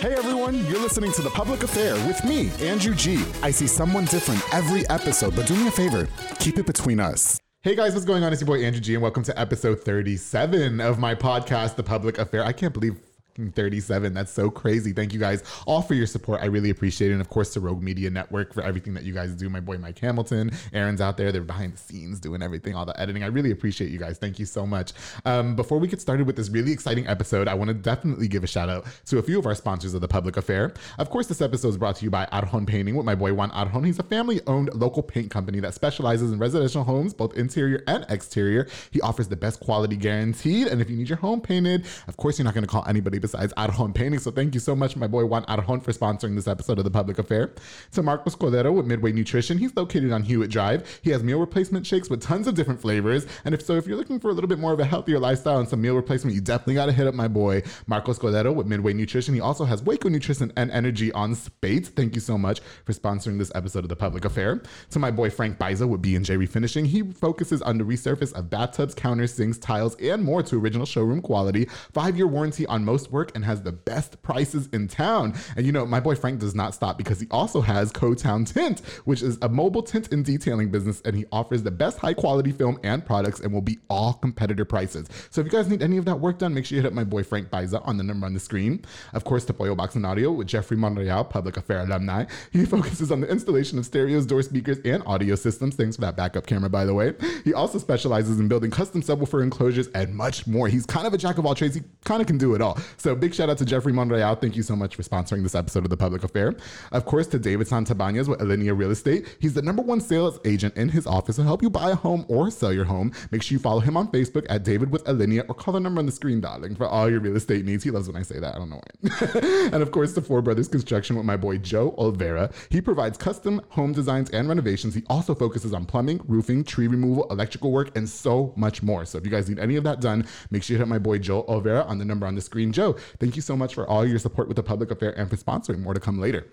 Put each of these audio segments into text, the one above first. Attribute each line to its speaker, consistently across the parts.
Speaker 1: Hey everyone, you're listening to The Public Affair with me, Andrew G. I see someone different every episode, but do me a favor, keep it between us. Hey guys, what's going on? It's your boy Andrew G, and welcome to episode 37 of my podcast, The Public Affair. I can't believe fucking 37. That's so crazy. Thank you guys all for your support. I really appreciate it. And of course, to Rogue Media Network for everything that you guys do. My boy Mike Hamilton, Aaron's out there. They're behind the scenes doing everything, all the editing. I really appreciate you guys. Thank you so much. Um, before we get started with this really exciting episode, I want to definitely give a shout out to a few of our sponsors of the public affair. Of course, this episode is brought to you by Arjon Painting with my boy Juan Arjon. He's a family owned local paint company that specializes in residential homes, both interior and exterior. He offers the best quality guaranteed. And if you need your home painted, of course, you're not going to call anybody besides Arjon Painting. So thank you so much, my boy Juan Arjon, for sponsoring this episode of The Public Affair. To Marcos Cordero with Midway Nutrition. He's located on Hewitt Drive. He has meal replacement shakes with tons of different flavors. And if so, if you're looking for a little bit more of a healthier lifestyle and some meal replacement, you definitely got to hit up my boy Marcos Cordero with Midway Nutrition. He also has Waco Nutrition and Energy on Spades. Thank you so much for sponsoring this episode of The Public Affair. To my boy Frank Biza with B&J Refinishing. He focuses on the resurface of bathtubs, counters, sinks, tiles, and more to original showroom quality. Five-year warranty on most work and has the best prices in town. And you know, my boy Frank does not stop because he also has CoTown Tint, which is a mobile tint and detailing business, and he offers the best high-quality film and products and will be all competitor prices. So if you guys need any of that work done, make sure you hit up my boy Frank Biza on the number on the screen. Of course, to Pollo Box and Audio with Jeffrey Monreal, Public Affair alumni. He focuses on the installation of stereos, door speakers, and audio systems. Thanks for that backup camera, by the way. He also specializes in building custom subwoofer enclosures and much more. He's kind of a jack of all trades. He kind of can do it all. So big shout out to Jeffrey Monreal. Thank you so much for sponsoring this episode of The Public Affair. Of course, to David Santabanez with Alinea Real Estate. He's the number one sales agent in his office to help you buy a home or sell your home. Make sure you follow him on Facebook at David with Alinea or call the number on the screen, darling, for all your real estate needs. He loves when I say that. I don't know why. and of course, to Four Brothers Construction with my boy Joe Olvera. He provides custom home designs and renovations. He also focuses on plumbing, roofing, tree removal, electrical work, and so much more. So if you guys need any of that done, make sure you hit up my boy Joe Olvera on the number on the screen. Joe, thank you so much for all your support with the public affair and for sponsoring. More to come later.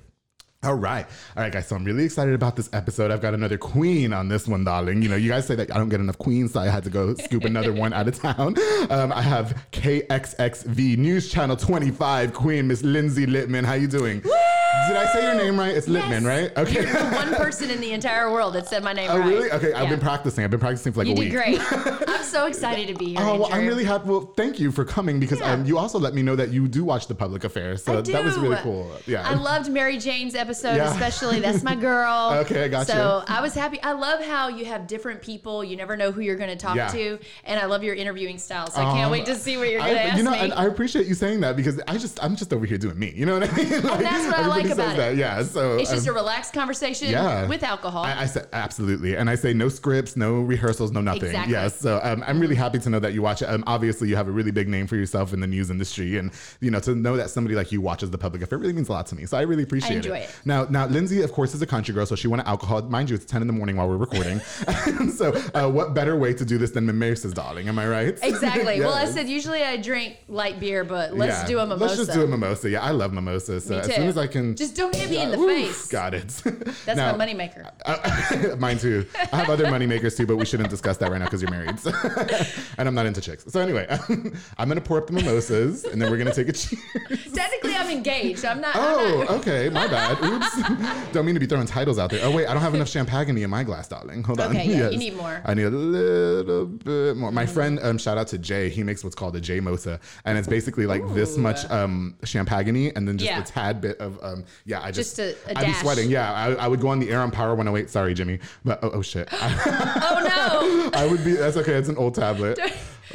Speaker 1: All right. All right, guys. So I'm really excited about this episode. I've got another queen on this one, darling. You know, you guys say that I don't get enough queens, so I had to go scoop another one out of town. Um, I have KXXV News Channel 25 Queen, Miss Lindsay Littman. How you doing? Did I say your name right? It's Littman,
Speaker 2: Yes.
Speaker 1: right? Okay.
Speaker 2: You're the one person in the entire world that said my name
Speaker 1: Oh,
Speaker 2: right.
Speaker 1: really? Okay. I've
Speaker 2: Yeah.
Speaker 1: been practicing. I've been practicing for like
Speaker 2: You
Speaker 1: a
Speaker 2: did
Speaker 1: week.
Speaker 2: great. I'm so excited to be here.
Speaker 1: Oh, well, I'm
Speaker 2: Andrew.
Speaker 1: really happy. Well, thank you for coming because
Speaker 2: Yeah.
Speaker 1: um, you also let me know that you do watch The Public Affair. So
Speaker 2: I do.
Speaker 1: that was really cool. Yeah.
Speaker 2: I loved Mary Jane's episode,
Speaker 1: Yeah.
Speaker 2: especially. That's my girl.
Speaker 1: Okay, I got
Speaker 2: So I was happy. I love how you have different people. You never know who you're going to talk
Speaker 1: Yeah.
Speaker 2: to, and I love your interviewing style. So I can't
Speaker 1: Um,
Speaker 2: wait to see what you're
Speaker 1: I-
Speaker 2: going to ask
Speaker 1: You know,
Speaker 2: me.
Speaker 1: and I appreciate you saying that because I just I'm just over here doing me. You know what I mean? Like,
Speaker 2: Oh, that's what I like
Speaker 1: everybody says
Speaker 2: about it.
Speaker 1: That. Yeah. So
Speaker 2: it's just
Speaker 1: um,
Speaker 2: a relaxed conversation
Speaker 1: yeah.
Speaker 2: with alcohol.
Speaker 1: I, I said absolutely, and I say no scripts, no rehearsals, no nothing.
Speaker 2: Exactly.
Speaker 1: Yes, so um, I'm really happy to know that you watch it. Um, obviously, you have a really big name for yourself in the news industry, and you know to know that somebody like you watches the public affair really means a lot to me. So I really appreciate
Speaker 2: enjoy
Speaker 1: it.
Speaker 2: it.
Speaker 1: Now, now Lindsay, of course, is a country girl, so she wanted alcohol. Mind you, it's 10 in the morning while we're recording. so, uh, what better way to do this than mimosas, darling? Am I right?
Speaker 2: exactly. Well, I
Speaker 1: Yes.
Speaker 2: said usually I drink light beer, but let's
Speaker 1: Yeah.
Speaker 2: do a mimosa.
Speaker 1: Let's just do a mimosa. Yeah, I love mimosas. So
Speaker 2: Me
Speaker 1: as
Speaker 2: too.
Speaker 1: soon as I can,
Speaker 2: Just don't hit me in the
Speaker 1: Oof,
Speaker 2: face.
Speaker 1: Got it.
Speaker 2: That's
Speaker 1: Now-
Speaker 2: my moneymaker.
Speaker 1: Uh, mine too. I have other moneymakers too, but we shouldn't discuss that right now because you're married, So- and I'm not into chicks. So anyway, I'm gonna pour up the mimosas, and then we're gonna take a cheers.
Speaker 2: Technically, I'm engaged. I'm not. I'm not
Speaker 1: Oh, okay, my bad. Oops, don't mean to be throwing titles out there. Oh wait, I don't have enough champagne in my glass, darling. Hold on.
Speaker 2: Okay, yeah, you need more. Mm.
Speaker 1: I need a little bit more. My friend, um, shout out to Jay. He makes what's called a Jay Mosa, and it's basically like this
Speaker 2: Ooh.
Speaker 1: much um champagne and then just
Speaker 2: Yeah.
Speaker 1: a tad bit of um yeah. I just,
Speaker 2: Just a- a
Speaker 1: I'd be
Speaker 2: dash.
Speaker 1: sweating. Yeah, I, I would go on the air on Power 108. Sorry, Jimmy, but oh, oh shit, I,
Speaker 2: oh no.
Speaker 1: I would be. That's okay. It's an old tablet.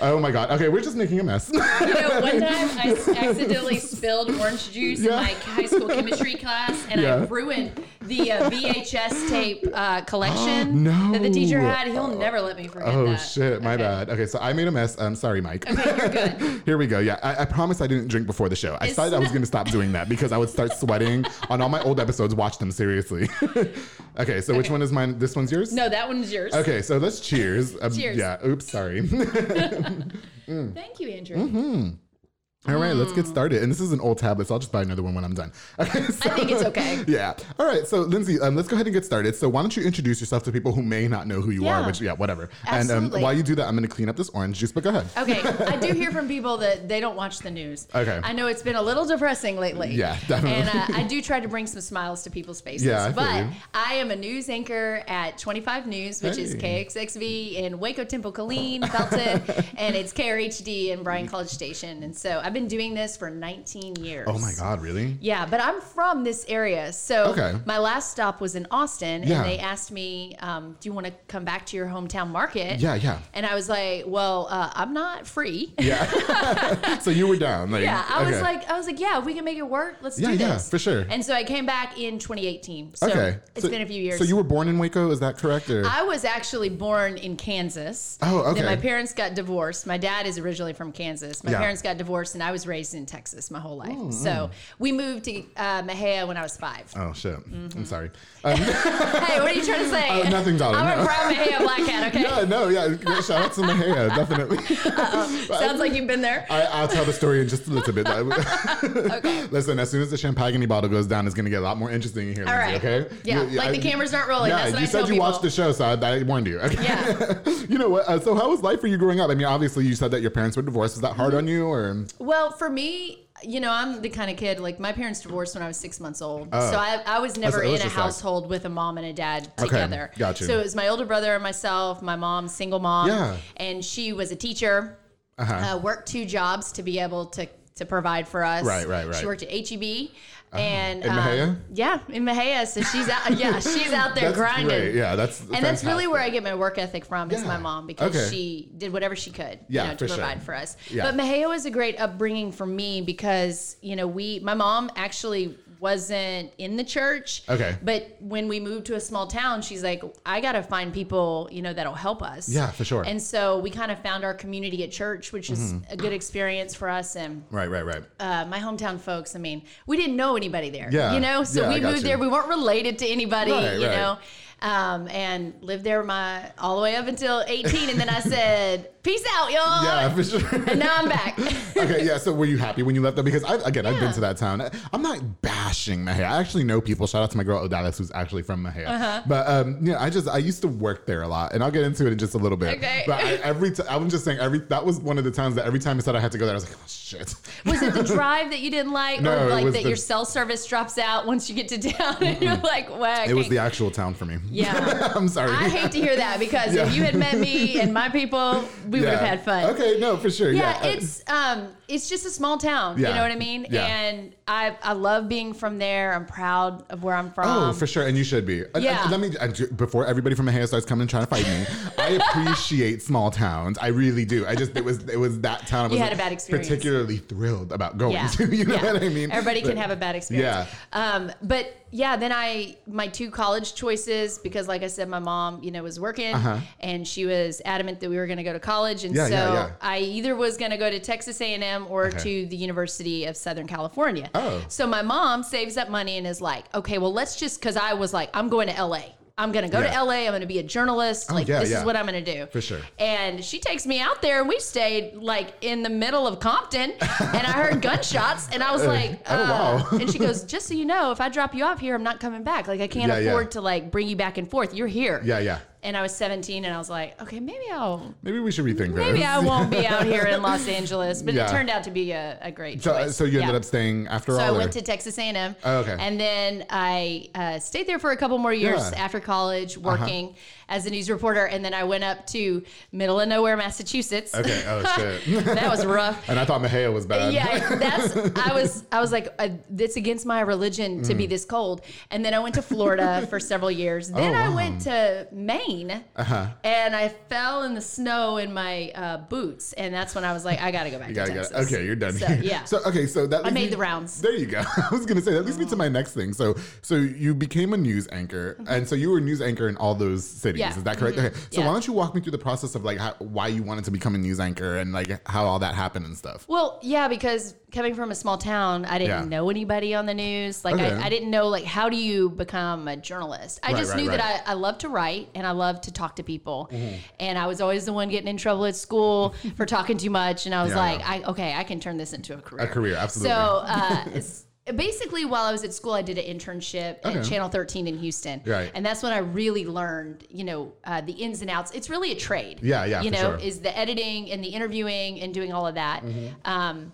Speaker 1: Oh my god. Okay, we're just making a mess.
Speaker 3: You know, one time I s- accidentally spilled orange juice
Speaker 1: Yeah.
Speaker 3: in my high school chemistry class, and
Speaker 1: Yeah.
Speaker 3: I ruined the uh, VHS tape uh, collection
Speaker 1: No.
Speaker 3: that the teacher had. He'll never let me forget
Speaker 1: Oh
Speaker 3: that.
Speaker 1: shit, my
Speaker 3: uh, Okay.
Speaker 1: bad. Okay, so I made a mess. I'm sorry, Mike. Here we go. Yeah, I, I promise I didn't drink before the show. I
Speaker 3: It's
Speaker 1: decided I was
Speaker 3: not-
Speaker 1: going to stop doing that because I would start sweating on all my old episodes. Watch them seriously. okay, so which one is mine? This one's yours.
Speaker 3: No, that one's yours.
Speaker 1: Okay, so let's cheers. Um,
Speaker 3: Cheers.
Speaker 1: Yeah. Oops. Sorry.
Speaker 3: Thank you, Andrew.
Speaker 1: Mm-hmm. All right, let's get started. And this is an old tablet, so I'll just buy another one when I'm done. Okay, so-
Speaker 3: Mm. I think it's okay.
Speaker 1: Yeah. All right. So, Lindsay, um, let's go ahead and get started. So, why don't you introduce yourself to people who may not know who you are?
Speaker 2: Yeah.
Speaker 1: Which, yeah, whatever. And um,
Speaker 3: Absolutely.
Speaker 1: while you do that, I'm going to clean up this orange juice. But go ahead.
Speaker 3: Okay, I do hear from people that they don't watch the news.
Speaker 1: Okay.
Speaker 3: I know it's been a little depressing lately.
Speaker 1: Yeah, definitely.
Speaker 3: And uh, I do try to bring some smiles to people's faces.
Speaker 1: Yeah, I feel
Speaker 3: but
Speaker 1: you.
Speaker 3: I am a news anchor at 25 News, which is
Speaker 1: Hey.
Speaker 3: KXXV in Waco, Temple, Colleen, Belton, and it's KRHD in Bryan College Station. And so I've been doing this for 19 years.
Speaker 1: Oh my God, really?
Speaker 3: Yeah, but I'm from this area. So
Speaker 1: Okay.
Speaker 3: my last stop was in Austin,
Speaker 1: Yeah.
Speaker 3: and they asked me, um, Do you want to come back to your hometown market?
Speaker 1: Yeah, yeah.
Speaker 3: And I was like, Well, uh, I'm not free.
Speaker 1: Yeah. so you were down. Like,
Speaker 3: Yeah, I was
Speaker 1: okay.
Speaker 3: like, I was like, yeah, we can make it work. Let's
Speaker 1: Yeah,
Speaker 3: do
Speaker 1: yeah,
Speaker 3: this.
Speaker 1: for sure.
Speaker 3: And so I came back in 2018. So
Speaker 1: okay.
Speaker 3: it's
Speaker 1: So-
Speaker 3: been a few years.
Speaker 1: So you were born in Waco, is that correct? Or?
Speaker 3: I was actually born in Kansas.
Speaker 1: Oh,
Speaker 3: Then my
Speaker 1: okay.
Speaker 3: parents got divorced. My dad is originally from Kansas. My
Speaker 1: Yeah. Mm,
Speaker 3: parents got divorced, and I was raised in Texas my whole life. So we moved to uh, Mahia when I was five.
Speaker 1: oh, shit.
Speaker 3: Mm-hmm.
Speaker 1: I'm sorry. Um,
Speaker 3: hey, what are you trying to say?
Speaker 1: Uh, nothing, darling,
Speaker 3: I'm
Speaker 1: no.
Speaker 3: a proud Mahia black cat. Okay,
Speaker 1: yeah, no, yeah. Shout out to Mahia, definitely.
Speaker 3: sounds like you've been there.
Speaker 1: I, I'll tell the story in just a little bit. Listen, as soon as the champagne bottle goes down, it's going to get a lot more interesting in here.
Speaker 3: All right.
Speaker 1: Lindsay, Okay.
Speaker 3: Yeah,
Speaker 1: You-
Speaker 3: like the cameras aren't rolling.
Speaker 1: Yeah,
Speaker 3: That's what
Speaker 1: you
Speaker 3: I
Speaker 1: said
Speaker 3: tell
Speaker 1: you
Speaker 3: people.
Speaker 1: watched the show, so I, I warned you. Okay.
Speaker 3: Yeah.
Speaker 1: you know what? Uh, so, how was life for you growing up? I mean, obviously, you said that your parents were divorced. Was that hard
Speaker 3: Mm-hmm.
Speaker 1: on you, or
Speaker 3: Well, for me, you know, I'm the kind of kid like my parents divorced when I was six months old, so I, I was never
Speaker 1: Oh. it was
Speaker 3: in a
Speaker 1: just like-
Speaker 3: household with a mom and a dad
Speaker 1: Okay,
Speaker 3: together.
Speaker 1: got you.
Speaker 3: So it was my older brother and myself. My mom, single mom,
Speaker 1: Yeah.
Speaker 3: and she was a teacher.
Speaker 1: Uh-huh.
Speaker 3: Uh, worked two jobs to be able to to provide for us.
Speaker 1: Right, right, right. Uh-huh.
Speaker 3: She worked at HEB. And
Speaker 1: In
Speaker 3: um,
Speaker 1: Mahia?
Speaker 3: yeah, in Mahia. So she's out. Yeah, she's out there grinding.
Speaker 1: great. Yeah, that's
Speaker 3: and that's really where I get my work ethic from is
Speaker 1: Yeah.
Speaker 3: my mom because
Speaker 1: Okay.
Speaker 3: she did whatever she could,
Speaker 1: Yeah,
Speaker 3: you know, to
Speaker 1: for sure.
Speaker 3: provide for us.
Speaker 1: Yeah.
Speaker 3: But Maheo was a great upbringing for me because you know we, my mom actually wasn't in the church.
Speaker 1: Okay.
Speaker 3: But when we moved to a small town, she's like, I gotta find people you know that'll help us.
Speaker 1: Yeah, for sure. Mm-hmm.
Speaker 3: And so we kind of found our community at church, which is a good experience for us. And
Speaker 1: Right, right, right.
Speaker 3: uh, my hometown folks, I mean, we didn't know anybody there.
Speaker 1: Yeah.
Speaker 3: You know, so
Speaker 1: Yeah, I
Speaker 3: we
Speaker 1: got
Speaker 3: moved
Speaker 1: you.
Speaker 3: there. We weren't related to anybody,
Speaker 1: Right,
Speaker 3: you
Speaker 1: right.
Speaker 3: know, um, and lived there my all the way up until 18. And then I said, peace out, y'all.
Speaker 1: yeah, for sure.
Speaker 3: And now I'm back.
Speaker 1: okay, yeah. So were you happy when you left though? Because I, again, I've been to that town. I- I'm not bashing Mahia. I actually know people. Shout out to my girl Odalis, who's actually from Mahia.
Speaker 3: Uh-huh.
Speaker 1: But um, you know, I just I used to work there a lot, and I'll get into it in just a little bit.
Speaker 3: Okay.
Speaker 1: But I, every t- I'm just saying every that was one of the times that every time I said I had to go there, I was like, oh shit.
Speaker 3: was it the drive that you didn't like,
Speaker 1: No,
Speaker 3: or
Speaker 1: it
Speaker 3: like
Speaker 1: was
Speaker 3: that
Speaker 1: the-
Speaker 3: your cell service drops out once you get to town, and you're like, wow. I
Speaker 1: It was
Speaker 3: can't-
Speaker 1: the actual town for me.
Speaker 3: yeah.
Speaker 1: I'm sorry.
Speaker 3: I hate to hear that because
Speaker 1: Yeah.
Speaker 3: if you had met me and my people, we would
Speaker 1: Yeah.
Speaker 3: have had fun.
Speaker 1: Okay, no, for sure.
Speaker 3: yeah,
Speaker 1: Yeah, Uh,
Speaker 3: it's um it's just a small town
Speaker 1: Yeah.
Speaker 3: you know what i mean
Speaker 1: Yeah.
Speaker 3: and i i love being from there i'm proud of where i'm from
Speaker 1: Oh, for sure, and you should be. And- and
Speaker 3: Um, yeah.
Speaker 1: let me and ju- before everybody from Mahia starts coming and trying to fight me. I appreciate small towns. I really do. I just it was it was that town. I was
Speaker 3: had a bad experience.
Speaker 1: Particularly thrilled about going
Speaker 3: yeah.
Speaker 1: to. You know
Speaker 3: yeah.
Speaker 1: what I mean?
Speaker 3: Everybody can
Speaker 1: But-
Speaker 3: have a bad
Speaker 1: Yeah.
Speaker 3: experience. Um, but yeah, then I my two college choices because like I said, my mom, you know, was working and she was adamant that we were gonna go to college. And
Speaker 1: Uh-huh. Yeah,
Speaker 3: so
Speaker 1: yeah, yeah.
Speaker 3: I either was gonna go to Texas A and M or
Speaker 1: Okay.
Speaker 3: to the University of Southern California.
Speaker 1: Oh.
Speaker 3: So my mom saves up money and is like, Okay, well let's just cause I was like, I'm going to LA. I'm gonna go
Speaker 1: Yeah. Oh,
Speaker 3: to LA, I'm gonna be a journalist. like
Speaker 1: yeah,
Speaker 3: this
Speaker 1: yeah.
Speaker 3: is what I'm gonna do.
Speaker 1: For sure.
Speaker 3: And she takes me out there, and we stayed like in the middle of Compton, and I heard gunshots, and I was like,
Speaker 1: Oh,
Speaker 3: uh,
Speaker 1: wow.
Speaker 3: and she goes, just so you know, if I drop you off here, I'm not coming back. Like I can't
Speaker 1: Yeah, yeah.
Speaker 3: afford to like bring you back and forth. You're here.
Speaker 1: Yeah, yeah.
Speaker 3: And I was 17, and I was like, okay, maybe I'll.
Speaker 1: Maybe we should rethink that.
Speaker 3: Maybe I won't be out here in Los Angeles, but
Speaker 1: Yeah.
Speaker 3: it turned out to be a, a great
Speaker 1: So, uh,
Speaker 3: choice.
Speaker 1: so you ended
Speaker 3: Yeah.
Speaker 1: up staying after
Speaker 3: So
Speaker 1: all.
Speaker 3: I
Speaker 1: or-
Speaker 3: went to Texas A&M.
Speaker 1: Oh, okay.
Speaker 3: And then I uh, stayed there for a couple more years
Speaker 1: Yeah. Uh-huh.
Speaker 3: after college, working as a news reporter, and then I went up to middle of nowhere, Massachusetts.
Speaker 1: Okay. Oh shit.
Speaker 3: that was rough.
Speaker 1: and I thought Mahia was bad.
Speaker 3: Yeah, that's. I was. I was like, I, it's against my
Speaker 1: Mm.
Speaker 3: religion to be this cold. And then I went to Florida for several years. Then
Speaker 1: Oh,
Speaker 3: I
Speaker 1: wow. Uh-huh.
Speaker 3: went to Maine rain, and I fell in the snow in my uh, boots, and that's when I was like, I gotta go back
Speaker 1: You
Speaker 3: to
Speaker 1: gotta go.
Speaker 3: Texas.
Speaker 1: Okay, you're done.
Speaker 3: So,
Speaker 1: here.
Speaker 3: yeah.
Speaker 1: So okay, so that leads
Speaker 3: made
Speaker 1: me-
Speaker 3: the rounds.
Speaker 1: There you go. I was gonna say that leads me to my next thing. So so you became a news anchor, and so you were a news anchor in all those cities.
Speaker 3: Mm-hmm. Yeah. Mm-hmm.
Speaker 1: Is that correct? Okay. So
Speaker 3: Yeah.
Speaker 1: why don't you walk me through the process of like how, why you wanted to become a news anchor and like how all that happened and stuff.
Speaker 3: Well, yeah, because coming from a small town, I didn't
Speaker 1: Yeah.
Speaker 3: know anybody on the news. Like,
Speaker 1: Okay.
Speaker 3: I, I didn't know, like, how do you become a journalist? I
Speaker 1: Right,
Speaker 3: just
Speaker 1: right,
Speaker 3: knew
Speaker 1: right. Mm-hmm.
Speaker 3: that I, I love to write and I love to talk to people. And I was always the one getting in trouble at school for talking too much. And I was
Speaker 1: Yeah,
Speaker 3: like,
Speaker 1: yeah.
Speaker 3: I, okay, I can turn this into a career.
Speaker 1: career, absolutely.
Speaker 3: So uh, it's- basically, while I was at school, I did an internship at
Speaker 1: Okay.
Speaker 3: Channel 13 in Houston.
Speaker 1: Right.
Speaker 3: And that's when I really learned, you know, uh, the ins and outs. It's really a trade.
Speaker 1: Yeah, yeah,
Speaker 3: You
Speaker 1: for
Speaker 3: know,
Speaker 1: sure. Mm-hmm.
Speaker 3: is the editing and the interviewing and doing all of that. Um,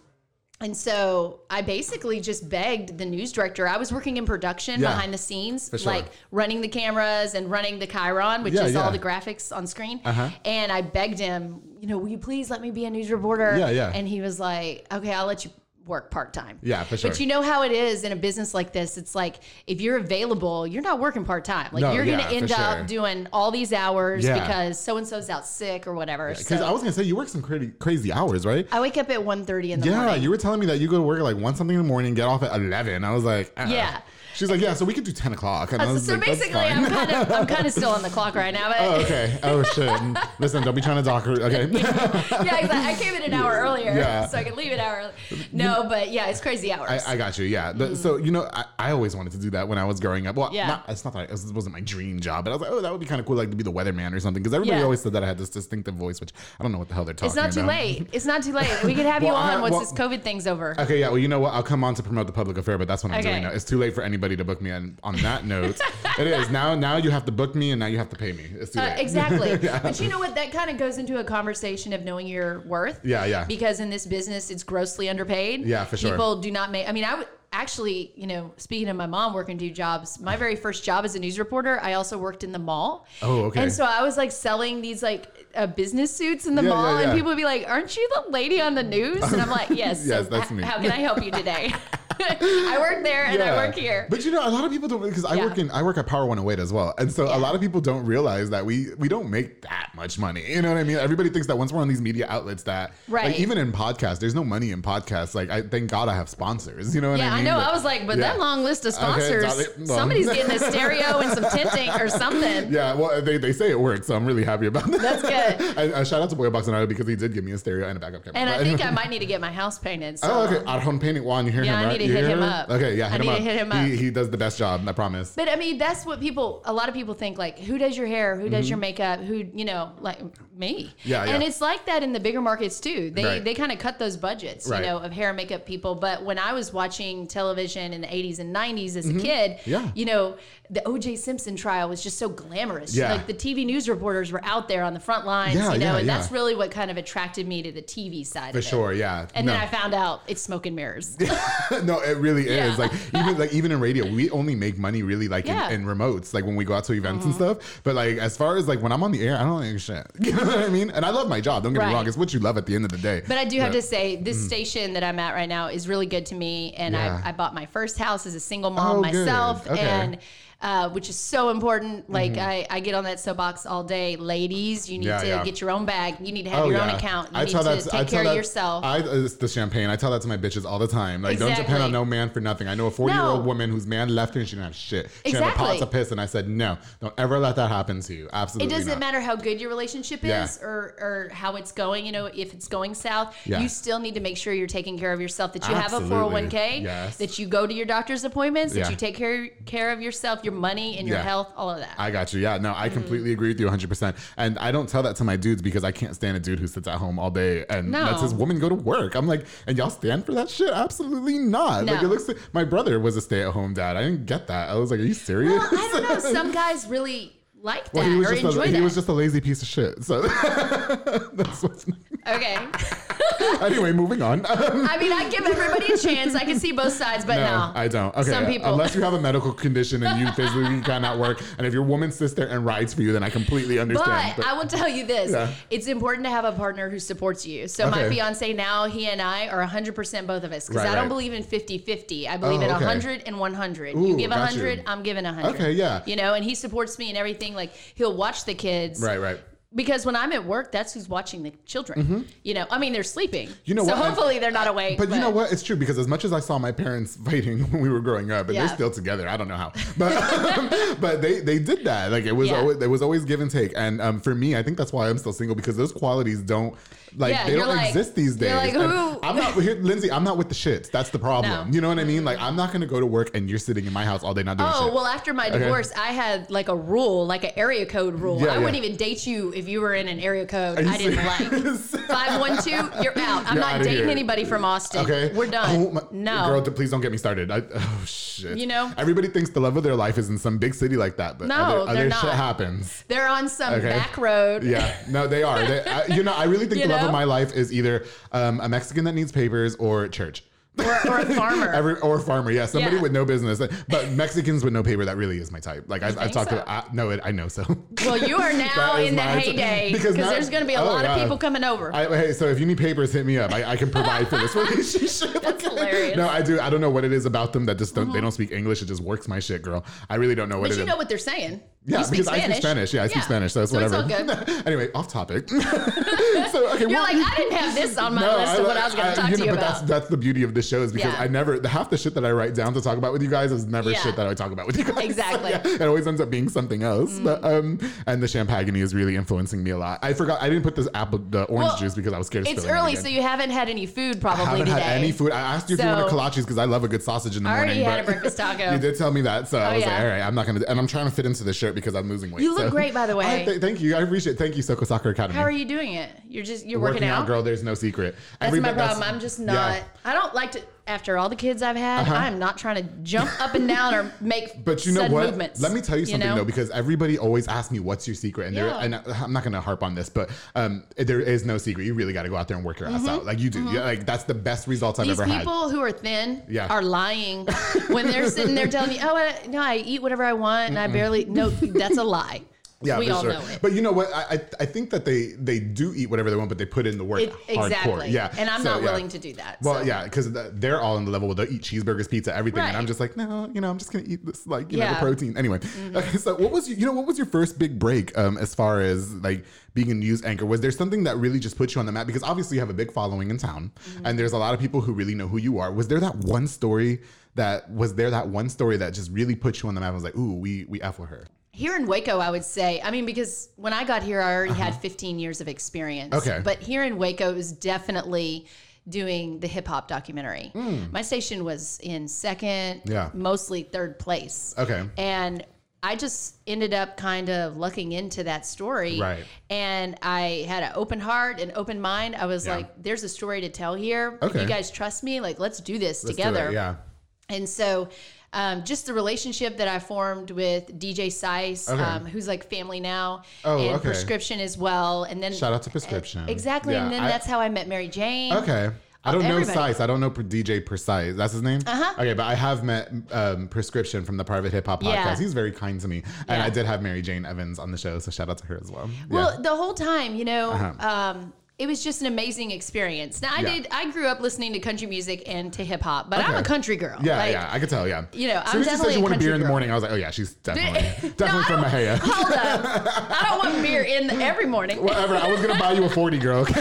Speaker 3: and so I basically just begged the news director. I was working in production
Speaker 1: Yeah,
Speaker 3: behind the scenes,
Speaker 1: for sure.
Speaker 3: like running the cameras and running the Chiron, which
Speaker 1: Yeah,
Speaker 3: is
Speaker 1: yeah. Uh-huh.
Speaker 3: all the graphics on screen. And I begged him, you know, will you please let me be a news reporter?
Speaker 1: Yeah, yeah.
Speaker 3: And he was like, okay, I'll let you work part time.
Speaker 1: Yeah, for sure.
Speaker 3: But you know how it is in a business like this. It's like if you're available, you're not working part time. Like
Speaker 1: No,
Speaker 3: you're
Speaker 1: yeah,
Speaker 3: going
Speaker 1: for
Speaker 3: to end up
Speaker 1: sure.
Speaker 3: doing all these hours
Speaker 1: Yeah.
Speaker 3: because so and so's out sick or whatever.
Speaker 1: Because
Speaker 3: so
Speaker 1: I was gonna say you work some crazy crazy hours, right?
Speaker 3: I wake up at 1.30 in the
Speaker 1: yeah,
Speaker 3: morning.
Speaker 1: you were telling me that you go to work at like one something in the morning, get off at eleven. I was like, uh.
Speaker 3: Yeah.
Speaker 1: She's like, yeah, so we could do ten o'clock. And I
Speaker 3: So,
Speaker 1: was
Speaker 3: so
Speaker 1: like, that's
Speaker 3: basically,
Speaker 1: fine.
Speaker 3: I'm kind of I'm kind of still on the clock right now. But
Speaker 1: Oh, okay. Oh shit. Listen, don't be trying to dock. her- Okay.
Speaker 3: yeah, exactly. I came in an hour earlier,
Speaker 1: Yeah.
Speaker 3: so I could leave an hour. early. No, but yeah, it's crazy hours.
Speaker 1: I, I got you. Yeah. The- So you know, I, I always wanted to do that when I was growing up. Well,
Speaker 3: Mm. Yeah.
Speaker 1: not, it's not that I, this wasn't my dream job, but I was like, oh, that would be kind of cool, like to be the weatherman or something. Because everybody
Speaker 3: Yeah.
Speaker 1: always said that I had this distinctive voice, which I don't know what the hell they're talking.
Speaker 3: it's not too
Speaker 1: about.
Speaker 3: late. It's not too late. We could have
Speaker 1: Well,
Speaker 3: you
Speaker 1: I-
Speaker 3: on once
Speaker 1: well-
Speaker 3: this COVID thing's over.
Speaker 1: Okay, yeah. Well, you know what? I'll come on to promote the public affair, but that's what I'm
Speaker 3: Okay.
Speaker 1: doing now. It's too late for anybody to book me. And on that note, it is now. Now you have to book me, and now you have to pay me. It's too
Speaker 3: Uh,
Speaker 1: late.
Speaker 3: exactly. But you know what? That kind of goes into a conversation of knowing your worth.
Speaker 1: Yeah, yeah.
Speaker 3: Because in this business, it's grossly underpaid.
Speaker 1: Yeah, for sure.
Speaker 3: People do not make. I mean, I would actually, you know, speaking of my mom working two jobs, my very first job as a news reporter, I also worked in the mall.
Speaker 1: Oh, okay.
Speaker 3: And so I was like selling these like uh, business suits in the
Speaker 1: Yeah, yeah,
Speaker 3: mall,
Speaker 1: yeah.
Speaker 3: and people would be like, "Aren't you the lady on the news?" And I'm like, "Yes,
Speaker 1: Yes,
Speaker 3: so
Speaker 1: that's
Speaker 3: h-
Speaker 1: me."
Speaker 3: How can I help you today?" I work there and I work here.
Speaker 1: But you know, a lot of people don't because I
Speaker 3: Yeah.
Speaker 1: work in I work at Power 108 as well. And so a lot of people don't realize that we we don't make that much money. You know what I mean? Everybody thinks that once we're on these media outlets that like
Speaker 3: Right.
Speaker 1: even in podcasts, there's no money in podcasts. Like I thank God I have sponsors. You know what
Speaker 3: Yeah,
Speaker 1: I
Speaker 3: I
Speaker 1: mean?
Speaker 3: know. I was like, but
Speaker 1: yeah.
Speaker 3: that long list of
Speaker 1: Okay,
Speaker 3: sponsors,
Speaker 1: it's all- well.
Speaker 3: somebody's getting a stereo and some tinting or something.
Speaker 1: Yeah, well, they, they say it works, so I'm really happy about that.
Speaker 3: That's good.
Speaker 1: I, I shout out to Boy Box and Auto because he did give me a stereo and a backup camera.
Speaker 3: And I
Speaker 1: But
Speaker 3: think
Speaker 1: anyway.
Speaker 3: I might need to get my house painted. So.
Speaker 1: Oh, okay. At home painting one, you hear
Speaker 3: Yeah,
Speaker 1: him,
Speaker 3: I
Speaker 1: right?
Speaker 3: need to
Speaker 1: You
Speaker 3: hit
Speaker 1: hear
Speaker 3: him up.
Speaker 1: Okay, yeah,
Speaker 3: I
Speaker 1: hit him
Speaker 3: need
Speaker 1: up.
Speaker 3: to hit him
Speaker 1: He,
Speaker 3: up.
Speaker 1: he does the best job, I promise.
Speaker 3: But I mean, that's what people. A lot of people think like, who does your hair? Who does your makeup? Who you know, like me.
Speaker 1: Mm-hmm. Yeah,
Speaker 3: And
Speaker 1: yeah.
Speaker 3: it's like that in the bigger markets too. They
Speaker 1: Right.
Speaker 3: they kind of cut those budgets,
Speaker 1: Right.
Speaker 3: you know, of hair and makeup people. But when I was watching television in the '80s and '90s as a kid,
Speaker 1: Mm-hmm. Yeah.
Speaker 3: you know, the O.J. Simpson trial was just so glamorous.
Speaker 1: Yeah.
Speaker 3: Like the TV news reporters were out there on the front lines,
Speaker 1: Yeah,
Speaker 3: you know,
Speaker 1: yeah,
Speaker 3: and
Speaker 1: yeah.
Speaker 3: that's really what kind of attracted me to the TV side.
Speaker 1: For
Speaker 3: of it.
Speaker 1: sure, yeah.
Speaker 3: And
Speaker 1: No.
Speaker 3: then I found out it's smoke and mirrors.
Speaker 1: no, it really
Speaker 3: Yeah.
Speaker 1: is. Like even like even in radio, we only make money really like
Speaker 3: Yeah.
Speaker 1: in, in remotes, like when we go out to events and stuff. But like as far as like when I'm on the air, I don't like shit. You know what I mean? And I love my job. Don't get me
Speaker 3: Right.
Speaker 1: wrong. It's what you love at the end of the day.
Speaker 3: But I do have to say, this station that I'm at right now is really good to me, and
Speaker 1: Mm-hmm. Yeah.
Speaker 3: I, I bought my first house as a single mom
Speaker 1: Oh, good.
Speaker 3: myself,
Speaker 1: Okay. Mm-hmm.
Speaker 3: and uh, which is so important. Like I, I get on that soapbox all day, ladies. You need
Speaker 1: Yeah,
Speaker 3: to
Speaker 1: yeah.
Speaker 3: get your own bag. You need to have
Speaker 1: oh,
Speaker 3: your own account. You need to take care of
Speaker 1: that-
Speaker 3: yourself.
Speaker 1: I, uh, it's the champagne. I tell that to my bitches all the time. Like, don't depend
Speaker 3: Exactly.
Speaker 1: on no man for nothing. I know a 40 year old
Speaker 3: No.
Speaker 1: woman whose man left her and she didn't have shit. She had a pot
Speaker 3: Exactly.
Speaker 1: to piss, and I said, no, don't ever let that happen to you.
Speaker 3: it
Speaker 1: Absolutely.
Speaker 3: doesn't
Speaker 1: not.
Speaker 3: matter how good your relationship is
Speaker 1: Yeah.
Speaker 3: or, or how it's going you know if it's going south
Speaker 1: Yeah.
Speaker 3: you still need to make sure you're taking care of yourself that you
Speaker 1: Absolutely.
Speaker 3: have a 401k
Speaker 1: Yes.
Speaker 3: that you go to your doctor's appointments
Speaker 1: Yeah.
Speaker 3: that you take care, care of yourself your money and your
Speaker 1: Yeah.
Speaker 3: health all of that
Speaker 1: I got you. Yeah, no, I completely agree with you 100%. And I don't tell that to my dudes because I can't stand a dude who sits at home all day and
Speaker 3: No.
Speaker 1: lets his woman go to work. I'm like, and y'all stand for that shit? Absolutely not. Like, it
Speaker 3: No.
Speaker 1: looks like my brother was a stay at home dad. I didn't get that. I was like, are you serious?
Speaker 3: well, i don't know some guys really like that
Speaker 1: Well, he was,
Speaker 3: or
Speaker 1: just
Speaker 3: enjoy
Speaker 1: a,
Speaker 3: that
Speaker 1: he was just a lazy piece of shit. So that's what's.
Speaker 3: okay
Speaker 1: Anyway, moving on.
Speaker 3: i mean i give everybody a chance i can see both sides but
Speaker 1: No,
Speaker 3: no,
Speaker 1: I don't. Okay,
Speaker 3: some people
Speaker 1: unless you have a medical condition and you physically cannot work, and if your woman sits there and rides for you, then I completely understand.
Speaker 3: But I will tell you this:
Speaker 1: Yeah.
Speaker 3: it's important to have a partner who supports you. So my
Speaker 1: Okay.
Speaker 3: fiance now, he and I are 100% both of us because
Speaker 1: Right,
Speaker 3: I don't
Speaker 1: right.
Speaker 3: believe in 50-50. I believe
Speaker 1: Oh,
Speaker 3: in
Speaker 1: okay.
Speaker 3: 100 and 100.
Speaker 1: Ooh,
Speaker 3: you give
Speaker 1: got you.
Speaker 3: 100, I'm giving 100.
Speaker 1: Okay, yeah.
Speaker 3: You know, and he supports me in everything thing. Like he'll watch the kids.
Speaker 1: Right, right.
Speaker 3: Because when I'm at work, that's who's watching the children. You know, I mean, they're sleeping.
Speaker 1: Mm-hmm. You know
Speaker 3: so
Speaker 1: what? And-
Speaker 3: hopefully they're not awake.
Speaker 1: But, you know what? It's true because as much as I saw my parents fighting when we were growing up, and
Speaker 3: Yeah.
Speaker 1: they're still together, I don't know how, but but they they did that. Like it was
Speaker 3: Yeah.
Speaker 1: always, it was always give and take. And um, for me, I think that's why I'm still single because those qualities don't like
Speaker 3: Yeah,
Speaker 1: they
Speaker 3: you're
Speaker 1: don't
Speaker 3: like-
Speaker 1: exist these days.
Speaker 3: you're like,
Speaker 1: And
Speaker 3: who-
Speaker 1: I'm not here, Lindsay. I'm not with the shits. That's the problem.
Speaker 3: No. Mm-hmm.
Speaker 1: You know what I mean? Like I'm not going to go to work and you're sitting in my house all day not doing
Speaker 3: Oh,
Speaker 1: shit.
Speaker 3: well, after my
Speaker 1: Okay.
Speaker 3: divorce, I had like a rule, like an area code rule.
Speaker 1: Yeah,
Speaker 3: I
Speaker 1: yeah.
Speaker 3: wouldn't even date you if you were in an area code
Speaker 1: Are you
Speaker 3: I didn't
Speaker 1: serious?
Speaker 3: like. 512, you're out. I'm
Speaker 1: You're
Speaker 3: not
Speaker 1: outta
Speaker 3: dating
Speaker 1: here.
Speaker 3: anybody from Austin.
Speaker 1: Okay,
Speaker 3: We're done.
Speaker 1: Oh my-
Speaker 3: no.
Speaker 1: girl, d- please don't get me started. I, oh shit.
Speaker 3: You know?
Speaker 1: everybody thinks the love of their life is in some big city like that, but
Speaker 3: No,
Speaker 1: other,
Speaker 3: they're
Speaker 1: other
Speaker 3: not.
Speaker 1: shit happens.
Speaker 3: They're on some
Speaker 1: Okay.
Speaker 3: back road.
Speaker 1: Yeah, no, they are. They, I, you know, I really think
Speaker 3: You
Speaker 1: the love of
Speaker 3: know?
Speaker 1: my life is either um, a Mexican that needs papers or church.
Speaker 3: Or, or a farmer.
Speaker 1: Every, or a farmer, yeah, somebody
Speaker 3: Yeah.
Speaker 1: with no business, but Mexicans with no paper. That really is my type. Like I've, I've
Speaker 3: think
Speaker 1: talked
Speaker 3: so?
Speaker 1: to, I, no, it, I know so.
Speaker 3: well, you are now
Speaker 1: That is
Speaker 3: in the
Speaker 1: my-
Speaker 3: heyday
Speaker 1: because
Speaker 3: because
Speaker 1: now-
Speaker 3: there's going to be a
Speaker 1: oh,
Speaker 3: lot
Speaker 1: yeah.
Speaker 3: of people coming over.
Speaker 1: I, hey, so if you need papers, hit me up. I, I can provide for this relationship.
Speaker 3: That's
Speaker 1: okay?
Speaker 3: hilarious. Uh-huh.
Speaker 1: No, I do. I don't know what it is about them that just don't. They don't speak English. It just works my shit, girl. I really don't know what
Speaker 3: but
Speaker 1: it
Speaker 3: you
Speaker 1: is.
Speaker 3: know what they're saying.
Speaker 1: Yeah,
Speaker 3: You speak
Speaker 1: because I speak Spanish. Yeah, I speak Spanish, so it's whatever.
Speaker 3: It's all good.
Speaker 1: anyway, off topic. so okay,
Speaker 3: You're
Speaker 1: what-
Speaker 3: like, I didn't have this on my list of what I was going to talk
Speaker 1: you
Speaker 3: to
Speaker 1: know,
Speaker 3: you
Speaker 1: but
Speaker 3: about.
Speaker 1: That's, that's the beauty of the show is because
Speaker 3: Yeah.
Speaker 1: I never the half the shit that I write down to talk about with you guys is never
Speaker 3: Yeah.
Speaker 1: shit that I talk about with you guys. So,
Speaker 3: Exactly. Mm.
Speaker 1: yeah, it always ends up being something else. But um, and the champagne is really influencing me a lot. I forgot I didn't put this apple the orange
Speaker 3: Well,
Speaker 1: juice because I was scared. of
Speaker 3: It's
Speaker 1: spilling it
Speaker 3: early,
Speaker 1: again.
Speaker 3: so you haven't had any food
Speaker 1: I
Speaker 3: probably
Speaker 1: haven't
Speaker 3: today.
Speaker 1: had any food. I asked you if you
Speaker 3: So-
Speaker 1: wanted kolaches because I love a good sausage in the
Speaker 3: I already
Speaker 1: morning. but
Speaker 3: had a breakfast taco.
Speaker 1: you did tell me that, so I
Speaker 3: Oh,
Speaker 1: was like,
Speaker 3: yeah.
Speaker 1: all right, I'm not gonna. And I'm trying to fit into this shirt because I'm losing weight.
Speaker 3: You look
Speaker 1: so-
Speaker 3: great, by the way.
Speaker 1: I- th- thank you. I appreciate. it. Thank you, Soko Soccer Academy.
Speaker 3: How are you doing it? You're just you're working, out.
Speaker 1: girl. There's no secret.
Speaker 3: That's my problem. I'm just not. I don't like to. After all the kids I've had, I'm not trying to jump up and down or make
Speaker 1: Uh-huh. But you know
Speaker 3: sudden
Speaker 1: what?
Speaker 3: movements.
Speaker 1: Let me tell you something
Speaker 3: know?
Speaker 1: though, because everybody always asks me, "What's your secret?" And there,
Speaker 3: Yeah.
Speaker 1: and I- I'm not gonna harp on this, but um, there is no secret. You really got to go out there and work your ass out, like you do. Yeah, like that's the best results I've
Speaker 3: Mm-hmm. These
Speaker 1: ever had.
Speaker 3: people who are thin
Speaker 1: Yeah.
Speaker 3: are lying when they're sitting there telling you, "Oh, I, no, I eat whatever I want and I barely." No, that's a lie.
Speaker 1: Yeah,
Speaker 3: we
Speaker 1: for
Speaker 3: all
Speaker 1: sure.
Speaker 3: know it.
Speaker 1: But you know what? I, I I think that they they do eat whatever they want, but they put in the work
Speaker 3: It-
Speaker 1: hardcore.
Speaker 3: exactly.
Speaker 1: Yeah,
Speaker 3: and I'm
Speaker 1: So,
Speaker 3: not
Speaker 1: yeah.
Speaker 3: willing to do that.
Speaker 1: Well,
Speaker 3: so.
Speaker 1: yeah, because they're all on the level where they'll eat cheeseburgers, pizza, everything, and
Speaker 3: Right.
Speaker 1: I'm just like, no, you know, I'm just gonna eat this, like, you know, the
Speaker 3: Yeah. Mm-hmm.
Speaker 1: protein. Anyway, okay. So, what was your, you know, what was your first big break um, as far as like being a news anchor? Was there something that really just put you on the map? Because obviously you have a big following in town,
Speaker 3: Mm-hmm.
Speaker 1: and there's a lot of people who really know who you are. Was there that one story that was there that one story that just really put you on the map? I was like, ooh, we we f with her.
Speaker 3: Here in Waco, I would say, I mean, because when I got here, I already had 15 years of experience.
Speaker 1: Uh-huh. Okay.
Speaker 3: But here in Waco, it was definitely doing the hip hop documentary. My station was in second,
Speaker 1: Hmm. Yeah.
Speaker 3: mostly third place.
Speaker 1: Okay.
Speaker 3: And I just ended up kind of lucking into that story.
Speaker 1: Right.
Speaker 3: And I had an open heart and open mind. I was
Speaker 1: Yeah.
Speaker 3: like, there's a story to tell here. If
Speaker 1: Okay.
Speaker 3: you guys trust me, like, let's do this
Speaker 1: Let's do it.
Speaker 3: together.
Speaker 1: Yeah.
Speaker 3: And so, um, just the relationship that I formed with DJ Sice,
Speaker 1: Okay.
Speaker 3: um, who's like family now,
Speaker 1: Oh,
Speaker 3: and
Speaker 1: okay.
Speaker 3: prescription as well. And then
Speaker 1: Shout out to Prescription.
Speaker 3: exactly.
Speaker 1: Yeah,
Speaker 3: and then
Speaker 1: I-
Speaker 3: that's how I met Mary Jane.
Speaker 1: Okay. I don't know
Speaker 3: everybody.
Speaker 1: Sice. I don't know Pre- DJ Precise. That's his name? Uh-huh. Okay, but I have met um, Prescription from the Private Hip Hop Podcast.
Speaker 3: Yeah.
Speaker 1: He's very kind to me. And
Speaker 3: Yeah.
Speaker 1: I did have Mary Jane Evans on the show, so shout out to her as well.
Speaker 3: Well,
Speaker 1: yeah. Uh-huh.
Speaker 3: the whole time, you know, um, it was just an amazing experience. Now, I
Speaker 1: Yeah.
Speaker 3: did. I grew up listening to country music and to hip hop, but I'm a
Speaker 1: Okay.
Speaker 3: country girl.
Speaker 1: Yeah,
Speaker 3: Like,
Speaker 1: yeah, I could tell, yeah.
Speaker 3: you know,
Speaker 1: as
Speaker 3: I'm
Speaker 1: soon as you said
Speaker 3: definitely
Speaker 1: you
Speaker 3: a
Speaker 1: wanted
Speaker 3: country
Speaker 1: beer in the
Speaker 3: girl.
Speaker 1: morning, I was like, oh yeah, she's definitely,
Speaker 3: No, I
Speaker 1: definitely from
Speaker 3: don't-
Speaker 1: Mahia.
Speaker 3: Hold up. I don't want beer in the, every morning, which
Speaker 1: Whatever, I was gonna buy you a 40, girl.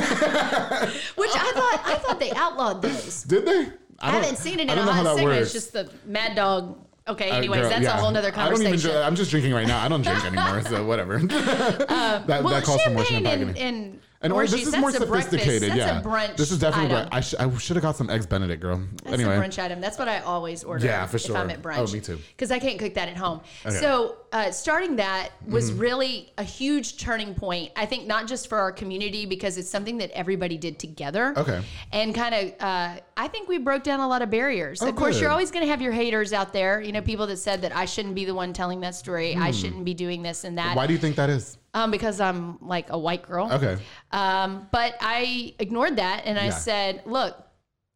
Speaker 3: I thought I thought they outlawed those.
Speaker 1: did they?
Speaker 3: I,
Speaker 1: don't-
Speaker 3: haven't seen it in
Speaker 1: I
Speaker 3: a
Speaker 1: don't know how
Speaker 3: hot
Speaker 1: that
Speaker 3: cigarette.
Speaker 1: works.
Speaker 3: It's just the Mad Dog. Okay,
Speaker 1: Uh,
Speaker 3: anyways,
Speaker 1: girl,
Speaker 3: that's
Speaker 1: yeah.
Speaker 3: a whole other
Speaker 1: I don't even
Speaker 3: conversation. Um,
Speaker 1: drink, I'm just drinking right now. I don't drink anymore, so whatever. that,
Speaker 3: well,
Speaker 1: that calls for more
Speaker 3: champagne
Speaker 1: champagne.
Speaker 3: and, and,
Speaker 1: And or-
Speaker 3: orgies,
Speaker 1: this is
Speaker 3: that's
Speaker 1: more
Speaker 3: a breakfast-
Speaker 1: sophisticated.
Speaker 3: That's
Speaker 1: yeah,
Speaker 3: a brunch.
Speaker 1: This is definitely.
Speaker 3: item.
Speaker 1: brunch. I, sh- I should have got some eggs Benedict, girl.
Speaker 3: That's
Speaker 1: anyway,
Speaker 3: a brunch item. That's what I always order.
Speaker 1: Yeah, for
Speaker 3: If I'm
Speaker 1: sure.
Speaker 3: at brunch.
Speaker 1: Oh, me too.
Speaker 3: Because I can't cook that at home.
Speaker 1: Okay. Mm-hmm.
Speaker 3: So uh, starting that was really a huge turning point. I think not just for our community because it's something that everybody did together.
Speaker 1: Okay.
Speaker 3: And kind of, uh, I think we broke down a lot of barriers.
Speaker 1: Oh,
Speaker 3: of course,
Speaker 1: good.
Speaker 3: you're always going to have your haters out there. You know, people that said that I shouldn't be the one telling that story. I shouldn't be doing this and that.
Speaker 1: Hmm. why do you think that is?
Speaker 3: Um, because I'm like a white girl.
Speaker 1: Okay.
Speaker 3: Um, but I ignored that and I
Speaker 1: Yeah.
Speaker 3: said, look,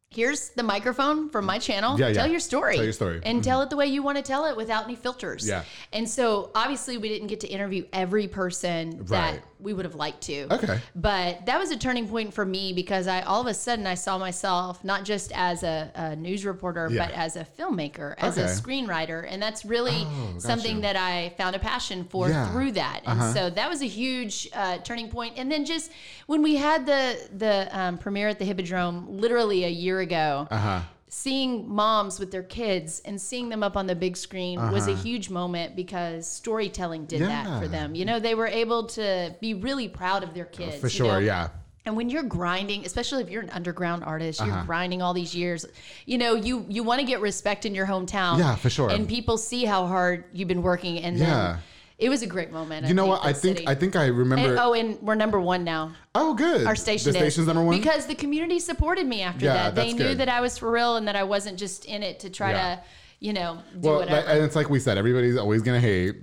Speaker 3: here's the microphone from my channel.
Speaker 1: Yeah,
Speaker 3: tell
Speaker 1: yeah.
Speaker 3: your story.
Speaker 1: Tell your story. Mm-hmm.
Speaker 3: And tell it the way you want to tell it without any filters.
Speaker 1: Yeah.
Speaker 3: And so obviously we didn't get to interview every person
Speaker 1: Right.
Speaker 3: that we would have liked to.
Speaker 1: Okay.
Speaker 3: But that was a turning point for me because I all of a sudden I saw myself not just as a, a news reporter,
Speaker 1: Yeah.
Speaker 3: but as a filmmaker, as
Speaker 1: Okay.
Speaker 3: a screenwriter. And that's really
Speaker 1: Oh,
Speaker 3: something
Speaker 1: gotcha.
Speaker 3: that I found a passion for
Speaker 1: Yeah. Uh-huh.
Speaker 3: through that. And so that was a huge uh, turning point. And then just when we had the the um, premiere at the Hippodrome literally a year ago,
Speaker 1: Uh-huh.
Speaker 3: seeing moms with their kids and seeing them up on the big screen was a huge moment because storytelling did that
Speaker 1: Uh-huh. Yeah.
Speaker 3: for them. You know, they were able to be really proud of their kids.
Speaker 1: Oh, For
Speaker 3: you
Speaker 1: sure,
Speaker 3: know?
Speaker 1: yeah.
Speaker 3: And when you're grinding, especially if you're an underground artist,
Speaker 1: Uh-huh.
Speaker 3: you're grinding all these years. You know, you you want to get respect in your hometown.
Speaker 1: Yeah, for sure.
Speaker 3: And people see how hard you've been working, and
Speaker 1: Yeah.
Speaker 3: then it was a great moment.
Speaker 1: You know what?
Speaker 3: for
Speaker 1: I
Speaker 3: the
Speaker 1: think
Speaker 3: city.
Speaker 1: I think I
Speaker 3: And-
Speaker 1: remember.
Speaker 3: oh, and we're number one now.
Speaker 1: oh, good.
Speaker 3: Our station.
Speaker 1: The
Speaker 3: is.
Speaker 1: station's number one.
Speaker 3: because the community supported me after
Speaker 1: Yeah,
Speaker 3: that. They
Speaker 1: that's
Speaker 3: knew
Speaker 1: good.
Speaker 3: that I was for real and that I wasn't just in it to try
Speaker 1: Yeah.
Speaker 3: to, you know, do
Speaker 1: well, like,
Speaker 3: whatever.
Speaker 1: and it's like we said, everybody's always gonna hate.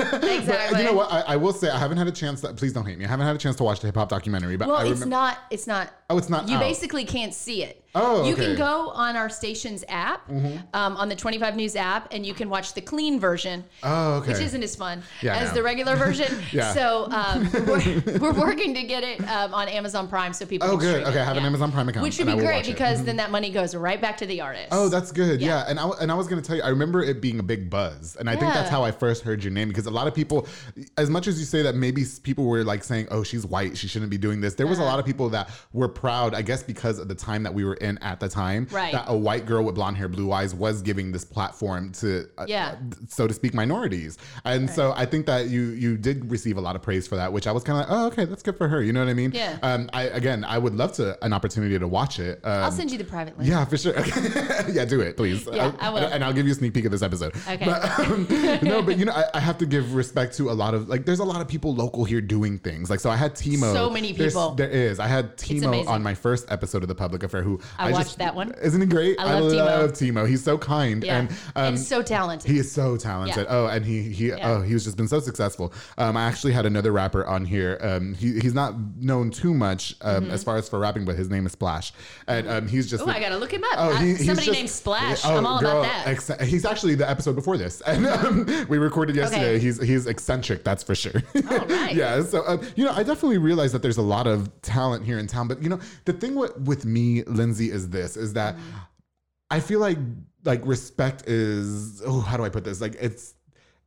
Speaker 3: exactly.
Speaker 1: You know what? I, I will say I haven't had a chance. To, please don't hate me. I haven't had a chance to watch the hip hop documentary, but
Speaker 3: Well,
Speaker 1: I
Speaker 3: it's
Speaker 1: remem-
Speaker 3: not. It's not.
Speaker 1: Oh, it's not
Speaker 3: You
Speaker 1: out.
Speaker 3: basically can't see it.
Speaker 1: Oh,
Speaker 3: You
Speaker 1: okay. Mm-hmm.
Speaker 3: can go on our station's app, um, on the 25 News app, and you can watch the clean version,
Speaker 1: Oh, okay.
Speaker 3: which isn't as fun
Speaker 1: Yeah, I
Speaker 3: as
Speaker 1: know.
Speaker 3: the regular version.
Speaker 1: Yeah.
Speaker 3: So um, we're, we're working to get it um, on Amazon Prime, so people.
Speaker 1: Oh,
Speaker 3: can
Speaker 1: good.
Speaker 3: stream
Speaker 1: Okay,
Speaker 3: it.
Speaker 1: I have an Amazon Prime account,
Speaker 3: which
Speaker 1: and
Speaker 3: would
Speaker 1: I
Speaker 3: be
Speaker 1: will
Speaker 3: great
Speaker 1: watch it. Mm-hmm.
Speaker 3: because then that money goes right back to the artist.
Speaker 1: Oh, that's good. Yeah.
Speaker 3: Yeah.
Speaker 1: And I, and I was going to tell you, I remember it being a big buzz. And I think that's
Speaker 3: Yeah.
Speaker 1: how I first heard your name because a lot of people, as much as you say that maybe s- people were like saying, oh, she's white, she shouldn't be doing this, there was a lot of people that were proud, I guess, because of the time that we were in at the time,
Speaker 3: Right.
Speaker 1: that a white girl with blonde hair, blue eyes was giving this platform to, uh,
Speaker 3: Yeah.
Speaker 1: uh, so to speak, minorities. And so I think that you you did receive a lot of praise for that, which I was kind of like, oh, okay, that's good for her. You know what I mean?
Speaker 3: Yeah.
Speaker 1: Um, I, again, I would love to an opportunity to watch it. Um,
Speaker 3: I'll send you the private link.
Speaker 1: yeah, for sure. Okay. yeah, do it, please.
Speaker 3: Yeah, I will.
Speaker 1: And I'll give you a sneak peek of this episode.
Speaker 3: Okay.
Speaker 1: But, um, no, but you know, I, I have to give respect to a lot of like. There's a lot of people local here doing things. Like, so I had Timo.
Speaker 3: So many
Speaker 1: There's-
Speaker 3: people.
Speaker 1: There is. I had Timo
Speaker 3: amazing.
Speaker 1: on my first episode of the Public Affair. Who
Speaker 3: I watched
Speaker 1: just-
Speaker 3: that one.
Speaker 1: Isn't he great?
Speaker 3: I love Timo.
Speaker 1: love Timo. He's so kind
Speaker 3: Yeah.
Speaker 1: and um,
Speaker 3: and so talented.
Speaker 1: he is so talented.
Speaker 3: Yeah.
Speaker 1: Oh, and he he
Speaker 3: Yeah.
Speaker 1: oh he's just been so successful. Um, I actually had another rapper on here. Um, he, he's not known too much um, as far as for rapping, but his name is Splash, and um, he's just
Speaker 3: Oh,
Speaker 1: the-
Speaker 3: Mm-hmm. I gotta look him up.
Speaker 1: Oh,
Speaker 3: I-
Speaker 1: he- he's
Speaker 3: somebody
Speaker 1: just-
Speaker 3: named Splash.
Speaker 1: Oh,
Speaker 3: I'm all
Speaker 1: girl,
Speaker 3: about that.
Speaker 1: exce- he's actually the episode before this, and um, we recorded yesterday.
Speaker 3: Okay.
Speaker 1: He's he's eccentric, that's for sure.
Speaker 3: All right.
Speaker 1: yeah. So um, you know, I definitely realize that there's a lot of talent here in town, but you know, the thing with with me, Lindsay, is this: is that
Speaker 3: Mm-hmm.
Speaker 1: I feel like like respect is oh, how do I put this? Like it's.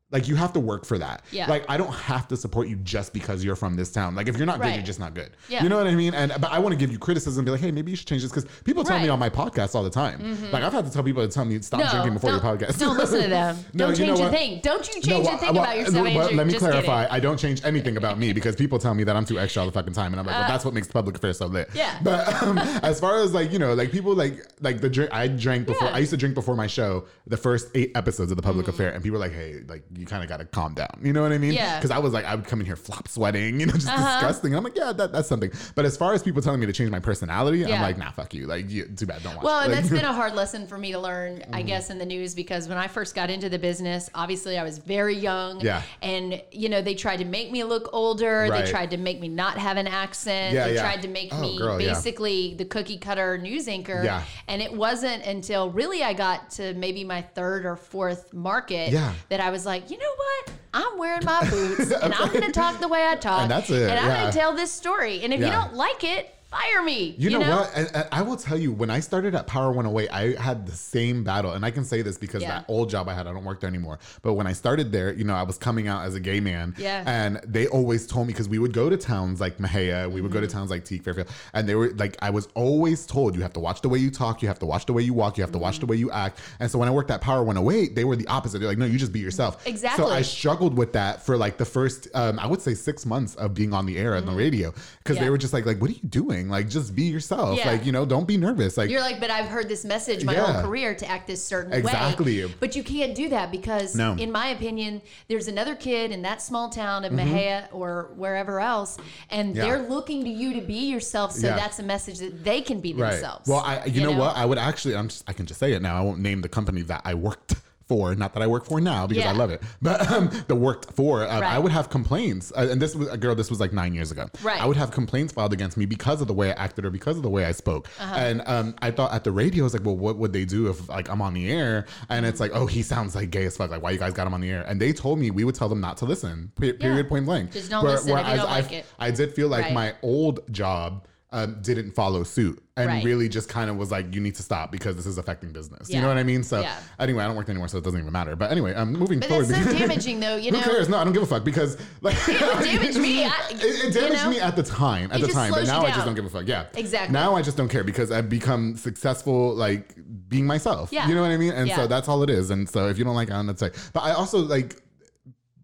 Speaker 1: Like you have to work for that.
Speaker 3: Yeah.
Speaker 1: Like I don't have to support you just because you're from this town. Like if you're not good,
Speaker 3: Right.
Speaker 1: you're just not good.
Speaker 3: Yeah.
Speaker 1: You know what I mean? And but I want to give you criticism and be like, hey, maybe you should change this because people tell me
Speaker 3: Right. Mm-hmm.
Speaker 1: on my podcast all the time. Like I've had to tell people to tell me stop
Speaker 3: No,
Speaker 1: drinking before your
Speaker 3: don't-
Speaker 1: podcast.
Speaker 3: Don't listen to them.
Speaker 1: No,
Speaker 3: don't
Speaker 1: you know
Speaker 3: change a
Speaker 1: what?
Speaker 3: thing. Don't you
Speaker 1: No,
Speaker 3: change
Speaker 1: well,
Speaker 3: a thing
Speaker 1: well,
Speaker 3: about yourself,
Speaker 1: well,
Speaker 3: Andrew.
Speaker 1: Let me
Speaker 3: Just
Speaker 1: clarify.
Speaker 3: kidding.
Speaker 1: I don't change anything about me because people tell me that I'm too extra all the fucking time, and I'm like, well, that's what makes public affairs so lit.
Speaker 3: Uh. yeah.
Speaker 1: But um, as far as like you know, like people like like the drink I drank before.
Speaker 3: Yeah. Mm.
Speaker 1: I used to drink before my show, the first eight episodes of the public affair, and people were like, hey, like you kind of got to calm down. You know what I mean?
Speaker 3: Yeah. Uh-huh.
Speaker 1: Because I was like, I would come in here flop sweating, you know, just disgusting. And I'm like, yeah, that, that's something. But as far as people telling me to change my personality, I'm
Speaker 3: Yeah.
Speaker 1: like, nah, fuck you. Like, you, too bad. Don't watch. Mm-hmm.
Speaker 3: Well, and
Speaker 1: Like-
Speaker 3: that's been a hard lesson for me to learn, I guess, in the news because when I first got into the business, obviously I was very young.
Speaker 1: Yeah.
Speaker 3: And, you know, they tried to make me look older.
Speaker 1: Right.
Speaker 3: They tried to make me not have an accent.
Speaker 1: Yeah,
Speaker 3: they
Speaker 1: yeah.
Speaker 3: tried to make
Speaker 1: Oh,
Speaker 3: me
Speaker 1: girl, yeah.
Speaker 3: basically the cookie cutter news anchor.
Speaker 1: Yeah.
Speaker 3: And it wasn't until really I got to maybe my third or fourth market
Speaker 1: Yeah.
Speaker 3: that I was like, you know what? I'm wearing my boots and I'm going to talk the way I talk.
Speaker 1: And that's it,
Speaker 3: And I'm
Speaker 1: yeah.
Speaker 3: going to tell this story. And if you
Speaker 1: Yeah.
Speaker 3: don't like it, fire me.
Speaker 1: You, know, what? And, and I will tell you, when I started at Power 108, I had the same battle. And I can say this because
Speaker 3: Yeah.
Speaker 1: that old job I had, I don't work there anymore. But when I started there, you know, I was coming out as a gay man.
Speaker 3: Yeah.
Speaker 1: And they always told me, because we would go to towns like Mahia, we would go to
Speaker 3: Mm-hmm.
Speaker 1: towns like Teague, Fairfield. And they were like, I was always told, you have to watch the way you talk, you have to watch the way you walk, you have to watch the
Speaker 3: Mm-hmm.
Speaker 1: way you act. And so when I worked at Power 108, they were the opposite. They're like, no, you just be yourself.
Speaker 3: Exactly.
Speaker 1: So I struggled with that for like the first, um, I would say six months of being on the air and the radio. Because they
Speaker 3: Mm-hmm. Yeah.
Speaker 1: were just like, like, what are you doing? Like, just be yourself.
Speaker 3: Yeah.
Speaker 1: Like, you know, don't be nervous. Like,
Speaker 3: You're like, but I've heard this message my
Speaker 1: Yeah.
Speaker 3: whole career to act this certain way.
Speaker 1: Exactly.
Speaker 3: But you can't do that because,
Speaker 1: No.
Speaker 3: in my opinion, there's another kid in that small town of Mahia or wherever else, and
Speaker 1: Mm-hmm. Yeah.
Speaker 3: they're looking to you to be yourself. So
Speaker 1: Yeah.
Speaker 3: that's a message that they can be
Speaker 1: right.
Speaker 3: themselves.
Speaker 1: Well, I, you, know, what? I would actually, I'm just, I can just say it now. I won't name the company that I worked for, not that I work for now because I
Speaker 3: Yeah.
Speaker 1: love it, but um, the worked for, uh, I
Speaker 3: Right.
Speaker 1: would have complaints. Uh, and this was, girl, this was like nine years ago.
Speaker 3: Right.
Speaker 1: I would have complaints filed against me because of the way I acted or because of the way I spoke.
Speaker 3: Uh-huh.
Speaker 1: And um, I thought at the radio, I was like, well, what would they do if like I'm on the air? And it's like, oh, he sounds like gay as fuck. Like, why you guys got him on the air? And they told me we would tell them not to listen, pe- period, point blank.
Speaker 3: Just don't listen if you don't
Speaker 1: I,
Speaker 3: like it.
Speaker 1: I did feel like
Speaker 3: Right.
Speaker 1: my old job um, didn't follow suit and
Speaker 3: Right.
Speaker 1: really just kind of was like, you need to stop because this is affecting business. You
Speaker 3: Yeah.
Speaker 1: know what I mean? So
Speaker 3: Yeah.
Speaker 1: anyway, I don't work anymore, so it doesn't even matter. But anyway, I'm moving
Speaker 3: But
Speaker 1: forward.
Speaker 3: that's so
Speaker 1: because-
Speaker 3: damaging, though. You
Speaker 1: Who
Speaker 3: know,
Speaker 1: cares? No, I don't give a fuck because like it
Speaker 3: damaged me. I-
Speaker 1: it,
Speaker 3: you
Speaker 1: damaged
Speaker 3: know?
Speaker 1: me at the time. At
Speaker 3: It
Speaker 1: the
Speaker 3: just
Speaker 1: time, but
Speaker 3: slows you
Speaker 1: now I just
Speaker 3: down.
Speaker 1: don't give a fuck. Yeah,
Speaker 3: Exactly.
Speaker 1: Now I just don't care because I've become successful, like being myself.
Speaker 3: Yeah.
Speaker 1: You know what I mean? And so
Speaker 3: Yeah.
Speaker 1: that's all it is. And so if you don't like, it, I don't know what to say. But I also like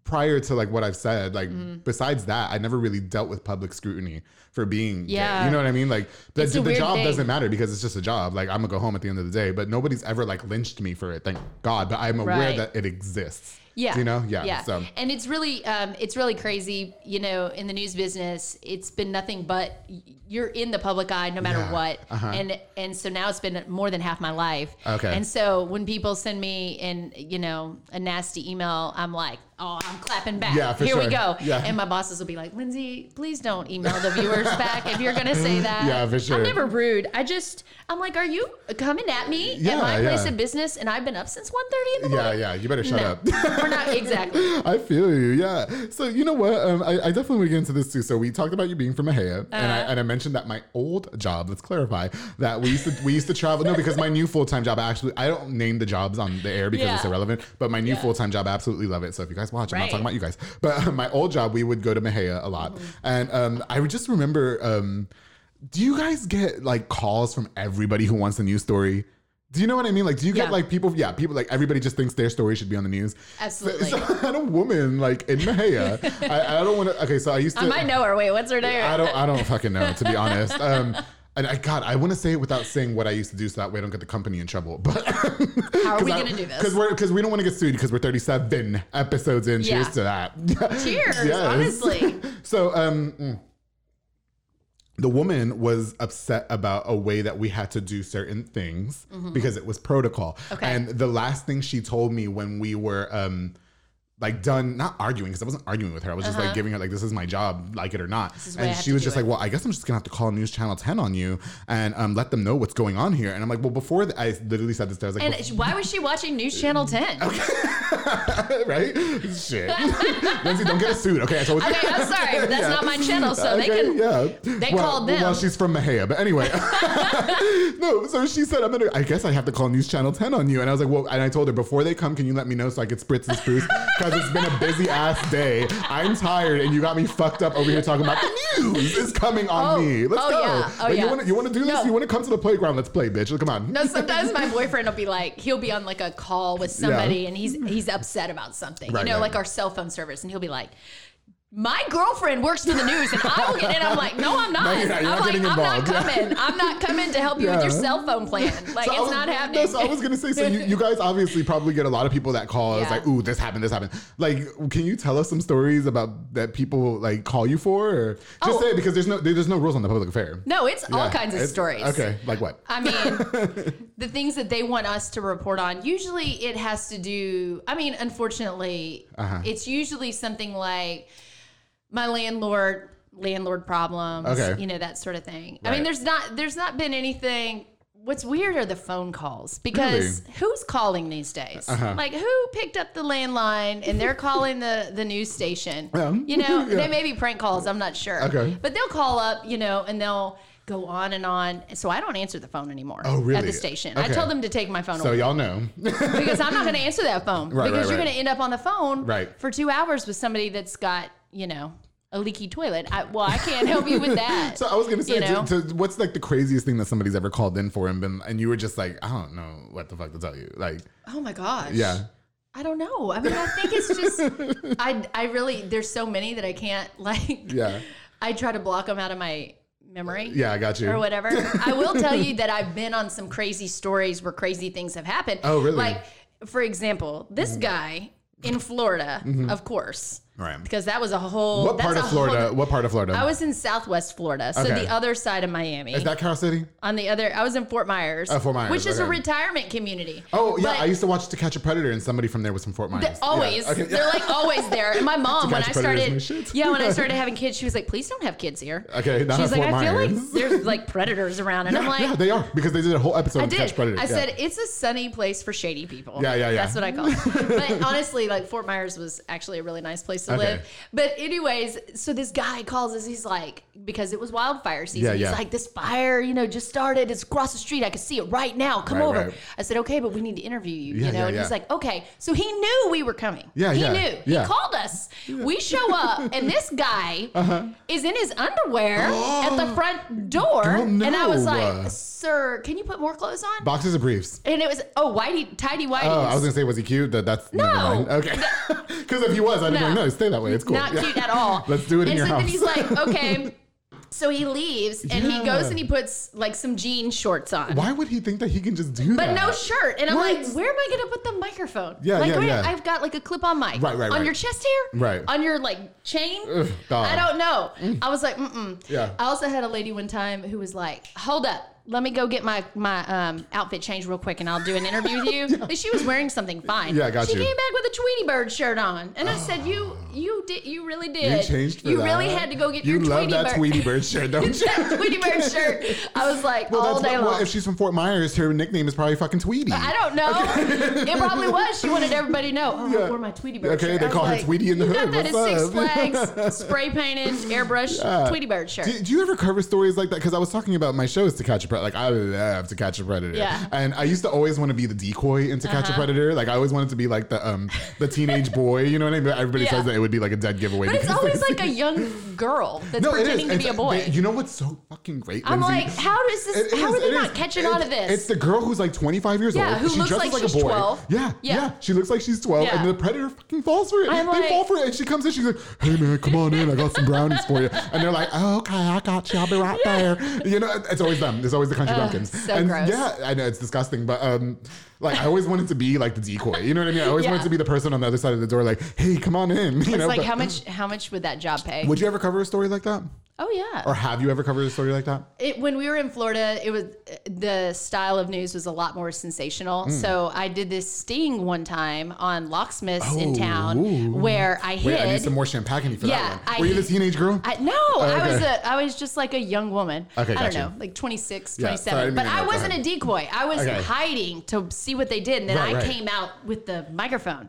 Speaker 1: prior to like what I've said, like
Speaker 3: Mm-hmm.
Speaker 1: besides that, I never really dealt with public scrutiny for being. gay.
Speaker 3: Yeah.
Speaker 1: You know what I mean? Like the,
Speaker 3: It's a
Speaker 1: the
Speaker 3: weird
Speaker 1: job
Speaker 3: thing.
Speaker 1: doesn't matter because it's just a job. Like I'm gonna go home at the end of the day. But nobody's ever like lynched me for it. Thank God. But I'm aware
Speaker 3: Right.
Speaker 1: that it exists.
Speaker 3: Yeah.
Speaker 1: Do You know? Yeah. So.
Speaker 3: And it's really, um, it's really crazy. You know, in the news business, it's been nothing but y- you're in the public eye no matter
Speaker 1: Yeah.
Speaker 3: what.
Speaker 1: Uh-huh.
Speaker 3: And and so now it's been more than half my life.
Speaker 1: Okay.
Speaker 3: And so when people send me in, you know, a nasty email, I'm like, oh, I'm clapping back.
Speaker 1: Yeah, for
Speaker 3: Here we
Speaker 1: sure.
Speaker 3: go.
Speaker 1: Yeah.
Speaker 3: And my bosses will be like, Lindsay, please don't email the viewers back if you're gonna say that.
Speaker 1: Yeah, for sure.
Speaker 3: I'm never rude. I just, I'm like, are you coming at me
Speaker 1: Yeah,
Speaker 3: at my place
Speaker 1: yeah.
Speaker 3: of business? And I've been up since 1.30 in the morning.
Speaker 1: Yeah, yeah. You better shut
Speaker 3: No,
Speaker 1: up.
Speaker 3: we're not exactly.
Speaker 1: I feel you. Yeah. So you know what? Um, I, I definitely want to get into this too. So we talked about you being from Mahia, and
Speaker 3: Uh-huh.
Speaker 1: I and I mentioned that my old job. Let's clarify that we used to we used to travel. No, because my new full time job. I actually I don't name the jobs on the air because it's
Speaker 3: Yeah.
Speaker 1: irrelevant. But my new full time job, I absolutely love it. So if you guys watch, I'm not
Speaker 3: Right. Mm-hmm.
Speaker 1: talking about you guys. But my old job, we would go to Mahia a lot, and um, I would just remember. Um, do you guys get like calls from everybody who wants a news story? Do you know what I mean? Like, do you get
Speaker 3: Yeah.
Speaker 1: like people? Yeah, people like everybody just thinks their story should be on the news.
Speaker 3: Absolutely.
Speaker 1: So, I had a woman like in Mahia. I, I don't want to. Okay, so I used to.
Speaker 3: I might know her. Wait, what's her name?
Speaker 1: I don't. I don't fucking know to be honest. Um, and I God, I want to say it without saying what I used to do, so that way I don't get the company in trouble. But
Speaker 3: How are we gonna do this?
Speaker 1: Because we're because we don't want to get sued because we're 37 episodes in.
Speaker 3: Yeah.
Speaker 1: Cheers to that.
Speaker 3: Cheers,
Speaker 1: Yes.
Speaker 3: honestly.
Speaker 1: So um. mm. The woman was upset about a way that we had to do certain things because it was protocol.
Speaker 3: Mm-hmm. Okay.
Speaker 1: And the last thing she told me when we were um, like done not arguing because I wasn't arguing with her. I was just like giving her like this is my job, like it or not.
Speaker 3: Uh-huh. is the way I
Speaker 1: And
Speaker 3: have
Speaker 1: she
Speaker 3: to
Speaker 1: was
Speaker 3: do
Speaker 1: just
Speaker 3: it.
Speaker 1: like, well, I guess I'm just gonna have to call News Channel 10 on you and um, let them know what's going on here. And I'm like, well, before th- I literally said this, to her, I was like,
Speaker 3: And
Speaker 1: "Bef-
Speaker 3: sh- why was she watching News Channel 10? Okay,
Speaker 1: right? Shit, Lindsay, don't get a suit, okay? I told you.
Speaker 3: I'm sorry. but That's
Speaker 1: Yeah.
Speaker 3: not my channel, so they
Speaker 1: Okay,
Speaker 3: can.
Speaker 1: yeah.
Speaker 3: they
Speaker 1: well,
Speaker 3: called
Speaker 1: Well,
Speaker 3: them.
Speaker 1: she's from Mahia, but anyway. no, so she said, "I'm gonna. I guess I have to call News Channel 10 on you." And I was like, "Well," and I told her before they come, can you let me know so I could spritz and spruce because it's been a busy ass day. I'm tired, and you got me fucked up over here talking about the news is coming on
Speaker 3: Oh,
Speaker 1: me. Let's
Speaker 3: oh,
Speaker 1: go.
Speaker 3: yeah, oh,
Speaker 1: Like, You
Speaker 3: yeah.
Speaker 1: want to you want to do this?
Speaker 3: No.
Speaker 1: You want to come to the playground? Let's play, bitch. Come on.
Speaker 3: No, sometimes my boyfriend will be like, he'll be on like a call with somebody and he's he's upset about something,
Speaker 1: Right,
Speaker 3: you know,
Speaker 1: right.
Speaker 3: like our cell phone service, and he'll be like, my girlfriend works for the news, and I will get in. I'm like, no, I'm not.
Speaker 1: No, you're not. You're
Speaker 3: I'm
Speaker 1: not
Speaker 3: like,
Speaker 1: getting
Speaker 3: I'm not
Speaker 1: involved." Yeah.
Speaker 3: coming. I'm not coming to help you with your
Speaker 1: Yeah.
Speaker 3: cell phone plan. Like,
Speaker 1: So I
Speaker 3: it's
Speaker 1: was-
Speaker 3: not
Speaker 1: no,
Speaker 3: happening.
Speaker 1: so I was gonna say, so you, you guys obviously probably get a lot of people that call. It's
Speaker 3: Yeah.
Speaker 1: like, ooh, this happened, this happened. Like, can you tell us some stories about that people like call you for, or just
Speaker 3: Oh.
Speaker 1: say it because there's no there's no rules on the public affair.
Speaker 3: no, it's all
Speaker 1: Yeah,
Speaker 3: kinds of
Speaker 1: it's-
Speaker 3: stories.
Speaker 1: Okay, like what?
Speaker 3: I mean, the things that they want us to report on, usually it has to do, I mean, unfortunately,
Speaker 1: Uh-huh.
Speaker 3: it's usually something like my landlord, landlord problems,
Speaker 1: Okay.
Speaker 3: you know, that sort of thing. I
Speaker 1: Right.
Speaker 3: mean, there's not, there's not been anything. What's weird are the phone calls because who's calling these days?
Speaker 1: Uh-huh.
Speaker 3: Like who picked up the landline and they're calling the the news station?
Speaker 1: Yeah.
Speaker 3: You know,
Speaker 1: Um, Yeah.
Speaker 3: they may be prank calls. I'm not sure.
Speaker 1: Okay.
Speaker 3: But they'll call up, you know, and they'll go on and on. So I don't answer the phone anymore.
Speaker 1: Oh, really?
Speaker 3: At the station. I
Speaker 1: Okay.
Speaker 3: tell them to take my phone
Speaker 1: So
Speaker 3: away
Speaker 1: y'all know,
Speaker 3: because I'm not going to answer that phone
Speaker 1: Right,
Speaker 3: because
Speaker 1: right,
Speaker 3: you're
Speaker 1: right.
Speaker 3: going to end up on the phone
Speaker 1: Right.
Speaker 3: for two hours with somebody that's got, you know, a leaky toilet. I, well, I can't help you with that.
Speaker 1: so I was gonna say,
Speaker 3: You know?
Speaker 1: to, to- what's like the craziest thing that somebody's ever called in for and been, and you were just like, I don't know what the fuck to tell you. Like,
Speaker 3: oh my gosh.
Speaker 1: yeah,
Speaker 3: I don't know. I mean, I think it's just, I, I really, there's so many that I can't like,
Speaker 1: Yeah.
Speaker 3: I try to block them out of my memory.
Speaker 1: yeah, I got you.
Speaker 3: or whatever. I will tell you that I've been on some crazy stories where crazy things have happened.
Speaker 1: Oh, really?
Speaker 3: Like, for example, this guy in Florida, of course,
Speaker 1: Right.
Speaker 3: because that was a whole.
Speaker 1: Mm-hmm. What
Speaker 3: that's
Speaker 1: part
Speaker 3: a
Speaker 1: of
Speaker 3: whole-
Speaker 1: Florida? What part of Florida?
Speaker 3: I was in Southwest Florida, so
Speaker 1: Okay.
Speaker 3: the other side of Miami.
Speaker 1: Is that Carol City?
Speaker 3: on the other, I was in Fort Myers,
Speaker 1: Oh, Fort Myers,
Speaker 3: which is a
Speaker 1: okay.
Speaker 3: retirement community.
Speaker 1: Oh yeah,
Speaker 3: But
Speaker 1: I used to watch To Catch a Predator, and somebody from there was from Fort Myers.
Speaker 3: they- always,
Speaker 1: Yeah. Okay.
Speaker 3: they're like always there. And my mom, when
Speaker 1: catch
Speaker 3: I
Speaker 1: predators and
Speaker 3: started,
Speaker 1: shit.
Speaker 3: yeah, when I started having kids, she was like, "Please don't have kids here."
Speaker 1: Okay, not
Speaker 3: she's
Speaker 1: at
Speaker 3: like,
Speaker 1: Fort
Speaker 3: "I feel
Speaker 1: Myers."
Speaker 3: like there's like predators around," and
Speaker 1: yeah,
Speaker 3: I'm like,
Speaker 1: yeah, they are because they did a whole episode
Speaker 3: I
Speaker 1: of To
Speaker 3: did.
Speaker 1: Catch Predator.
Speaker 3: I
Speaker 1: yeah.
Speaker 3: said it's a sunny place for shady people.
Speaker 1: Yeah, yeah, yeah.
Speaker 3: That's what I call it. but honestly, like Fort Myers was actually a really nice place to
Speaker 1: Okay.
Speaker 3: live. But anyways, so this guy calls us. He's like, because it was wildfire season.
Speaker 1: Yeah, yeah.
Speaker 3: He's like, this fire, you know, just started. It's across the street. I can see it right now. Come
Speaker 1: Right,
Speaker 3: over.
Speaker 1: right.
Speaker 3: I said, okay, but we need to interview you.
Speaker 1: Yeah,
Speaker 3: you know,
Speaker 1: yeah,
Speaker 3: and
Speaker 1: yeah.
Speaker 3: he's like, okay. So he knew we were coming.
Speaker 1: Yeah,
Speaker 3: he
Speaker 1: yeah,
Speaker 3: knew.
Speaker 1: yeah. Uh-huh.
Speaker 3: He called us. We show up, and this guy is in his underwear at the front door.
Speaker 1: Girl,
Speaker 3: And I was
Speaker 1: no.
Speaker 3: like, sir, can you put more clothes on?
Speaker 1: boxes of briefs.
Speaker 3: And it was oh whitey tidy whitey.
Speaker 1: Oh, I was gonna say, was he cute? That that's never
Speaker 3: No.
Speaker 1: mind. Okay, because if he was, I'd be
Speaker 3: No.
Speaker 1: like, no, stay that way. It's cool.
Speaker 3: not
Speaker 1: Yeah.
Speaker 3: cute at all.
Speaker 1: Let's do it
Speaker 3: and
Speaker 1: in your
Speaker 3: so
Speaker 1: house.
Speaker 3: then he's like, okay. So he leaves and he
Speaker 1: Yeah.
Speaker 3: goes and he puts like some jean shorts on.
Speaker 1: Why would he think that he can just do that?
Speaker 3: But no shirt. And I'm
Speaker 1: What?
Speaker 3: like, where am I gonna put the microphone?
Speaker 1: Yeah,
Speaker 3: like,
Speaker 1: yeah,
Speaker 3: wait,
Speaker 1: yeah.
Speaker 3: I've got like a clip on mic.
Speaker 1: Right, right,
Speaker 3: On
Speaker 1: right.
Speaker 3: your chest hair?
Speaker 1: Right.
Speaker 3: On your like chain?
Speaker 1: Ugh, dog.
Speaker 3: I don't know. I was like, mm-mm.
Speaker 1: Uh-uh. Mm. Yeah.
Speaker 3: I also had a lady one time who was like, hold up. Let me go get my my um, outfit changed real quick, and I'll do an interview with you. Like, She was wearing something fine.
Speaker 1: Yeah, I got
Speaker 3: she
Speaker 1: you.
Speaker 3: came back with a Tweety Bird shirt on, and I said, "You you did you really did.
Speaker 1: You changed for
Speaker 3: You
Speaker 1: that.
Speaker 3: really had to go get
Speaker 1: you
Speaker 3: your
Speaker 1: love
Speaker 3: Tweety
Speaker 1: that
Speaker 3: Bird
Speaker 1: Tweety Bird shirt, don't you?
Speaker 3: that Tweety Bird shirt." I was like
Speaker 1: Well,
Speaker 3: all
Speaker 1: that's
Speaker 3: day
Speaker 1: what-
Speaker 3: long.
Speaker 1: well, if she's from Fort Myers, her nickname is probably fucking Tweety.
Speaker 3: I don't know. It probably was. She wanted everybody to know. Oh,
Speaker 1: Yeah.
Speaker 3: I wore my Tweety Bird
Speaker 1: Okay,
Speaker 3: shirt.
Speaker 1: they
Speaker 3: I was
Speaker 1: call her Tweety in the
Speaker 3: you
Speaker 1: hood.
Speaker 3: Got that
Speaker 1: What's
Speaker 3: at
Speaker 1: up?"
Speaker 3: Six Flags, spray painted, airbrush Tweety Bird shirt.
Speaker 1: Do, do you ever cover stories like that? Because I was talking about my shows to catch a predator. Like I love to catch a predator.
Speaker 3: Yeah. Uh-huh.
Speaker 1: And I used to always want to be the decoy in to catch a predator. Like I always wanted to be like the um the teenage boy. You know what I mean? But everybody
Speaker 3: Yeah.
Speaker 1: says that it would be like a dead giveaway.
Speaker 3: but it's
Speaker 1: because
Speaker 3: always
Speaker 1: they-
Speaker 3: like a young girl that's pretending to be
Speaker 1: It's-
Speaker 3: a boy.
Speaker 1: they- you know what's so fucking great?
Speaker 3: I'm
Speaker 1: Lindsay?
Speaker 3: like, how does this?
Speaker 1: It
Speaker 3: how
Speaker 1: is,
Speaker 3: are they
Speaker 1: it
Speaker 3: not
Speaker 1: is.
Speaker 3: catching
Speaker 1: It's-
Speaker 3: on to this?
Speaker 1: It's the girl who's like 25 years
Speaker 3: Yeah,
Speaker 1: old.
Speaker 3: who
Speaker 1: she
Speaker 3: looks
Speaker 1: dresses
Speaker 3: like
Speaker 1: a
Speaker 3: she's
Speaker 1: boy.
Speaker 3: 12.
Speaker 1: Yeah, yeah,
Speaker 3: Yeah.
Speaker 1: She looks like she's 12,
Speaker 3: Yeah.
Speaker 1: and the predator fucking falls for it.
Speaker 3: I'm
Speaker 1: they
Speaker 3: like-
Speaker 1: fall for it, and she comes in. She's like, "Hey man, come on in. I got some brownies for you." And they're like, oh, "Okay, I got you. I'll be right there." You know, it's always them. It's always the country bumpkins.
Speaker 3: so
Speaker 1: and
Speaker 3: gross.
Speaker 1: yeah, I know it's disgusting, but um, like I always wanted to be like the decoy. You know what I mean? I always
Speaker 3: Yeah.
Speaker 1: wanted to be the person on the other side of the door, like, "Hey, come on in." You
Speaker 3: It's
Speaker 1: know,
Speaker 3: like
Speaker 1: but-
Speaker 3: how much? How much would that job pay?
Speaker 1: Would you ever cover a story like that?
Speaker 3: oh yeah.
Speaker 1: Or have you ever covered a story like that?
Speaker 3: it, when we were in Florida, it was the style of news was a lot more
Speaker 1: Hmm.
Speaker 3: sensational. So I did this sting one time on locksmiths in
Speaker 1: Oh,
Speaker 3: town
Speaker 1: ooh.
Speaker 3: where I hid.
Speaker 1: Wait, I need some more champagne for
Speaker 3: Yeah,
Speaker 1: that one.
Speaker 3: I-
Speaker 1: Were you the teenage girl?
Speaker 3: I, no, I was
Speaker 1: okay.
Speaker 3: a, I was just like a young woman.
Speaker 1: Okay,
Speaker 3: I don't
Speaker 1: gotcha.
Speaker 3: know, like 26,
Speaker 1: Yeah,
Speaker 3: 27.
Speaker 1: sorry, I didn't
Speaker 3: but
Speaker 1: mean to
Speaker 3: I
Speaker 1: interrupt. Go
Speaker 3: wasn't a
Speaker 1: ahead.
Speaker 3: decoy. I was
Speaker 1: Okay.
Speaker 3: hiding to see what they did, and then
Speaker 1: Right, Uh-huh.
Speaker 3: I
Speaker 1: right.
Speaker 3: came out with the microphone.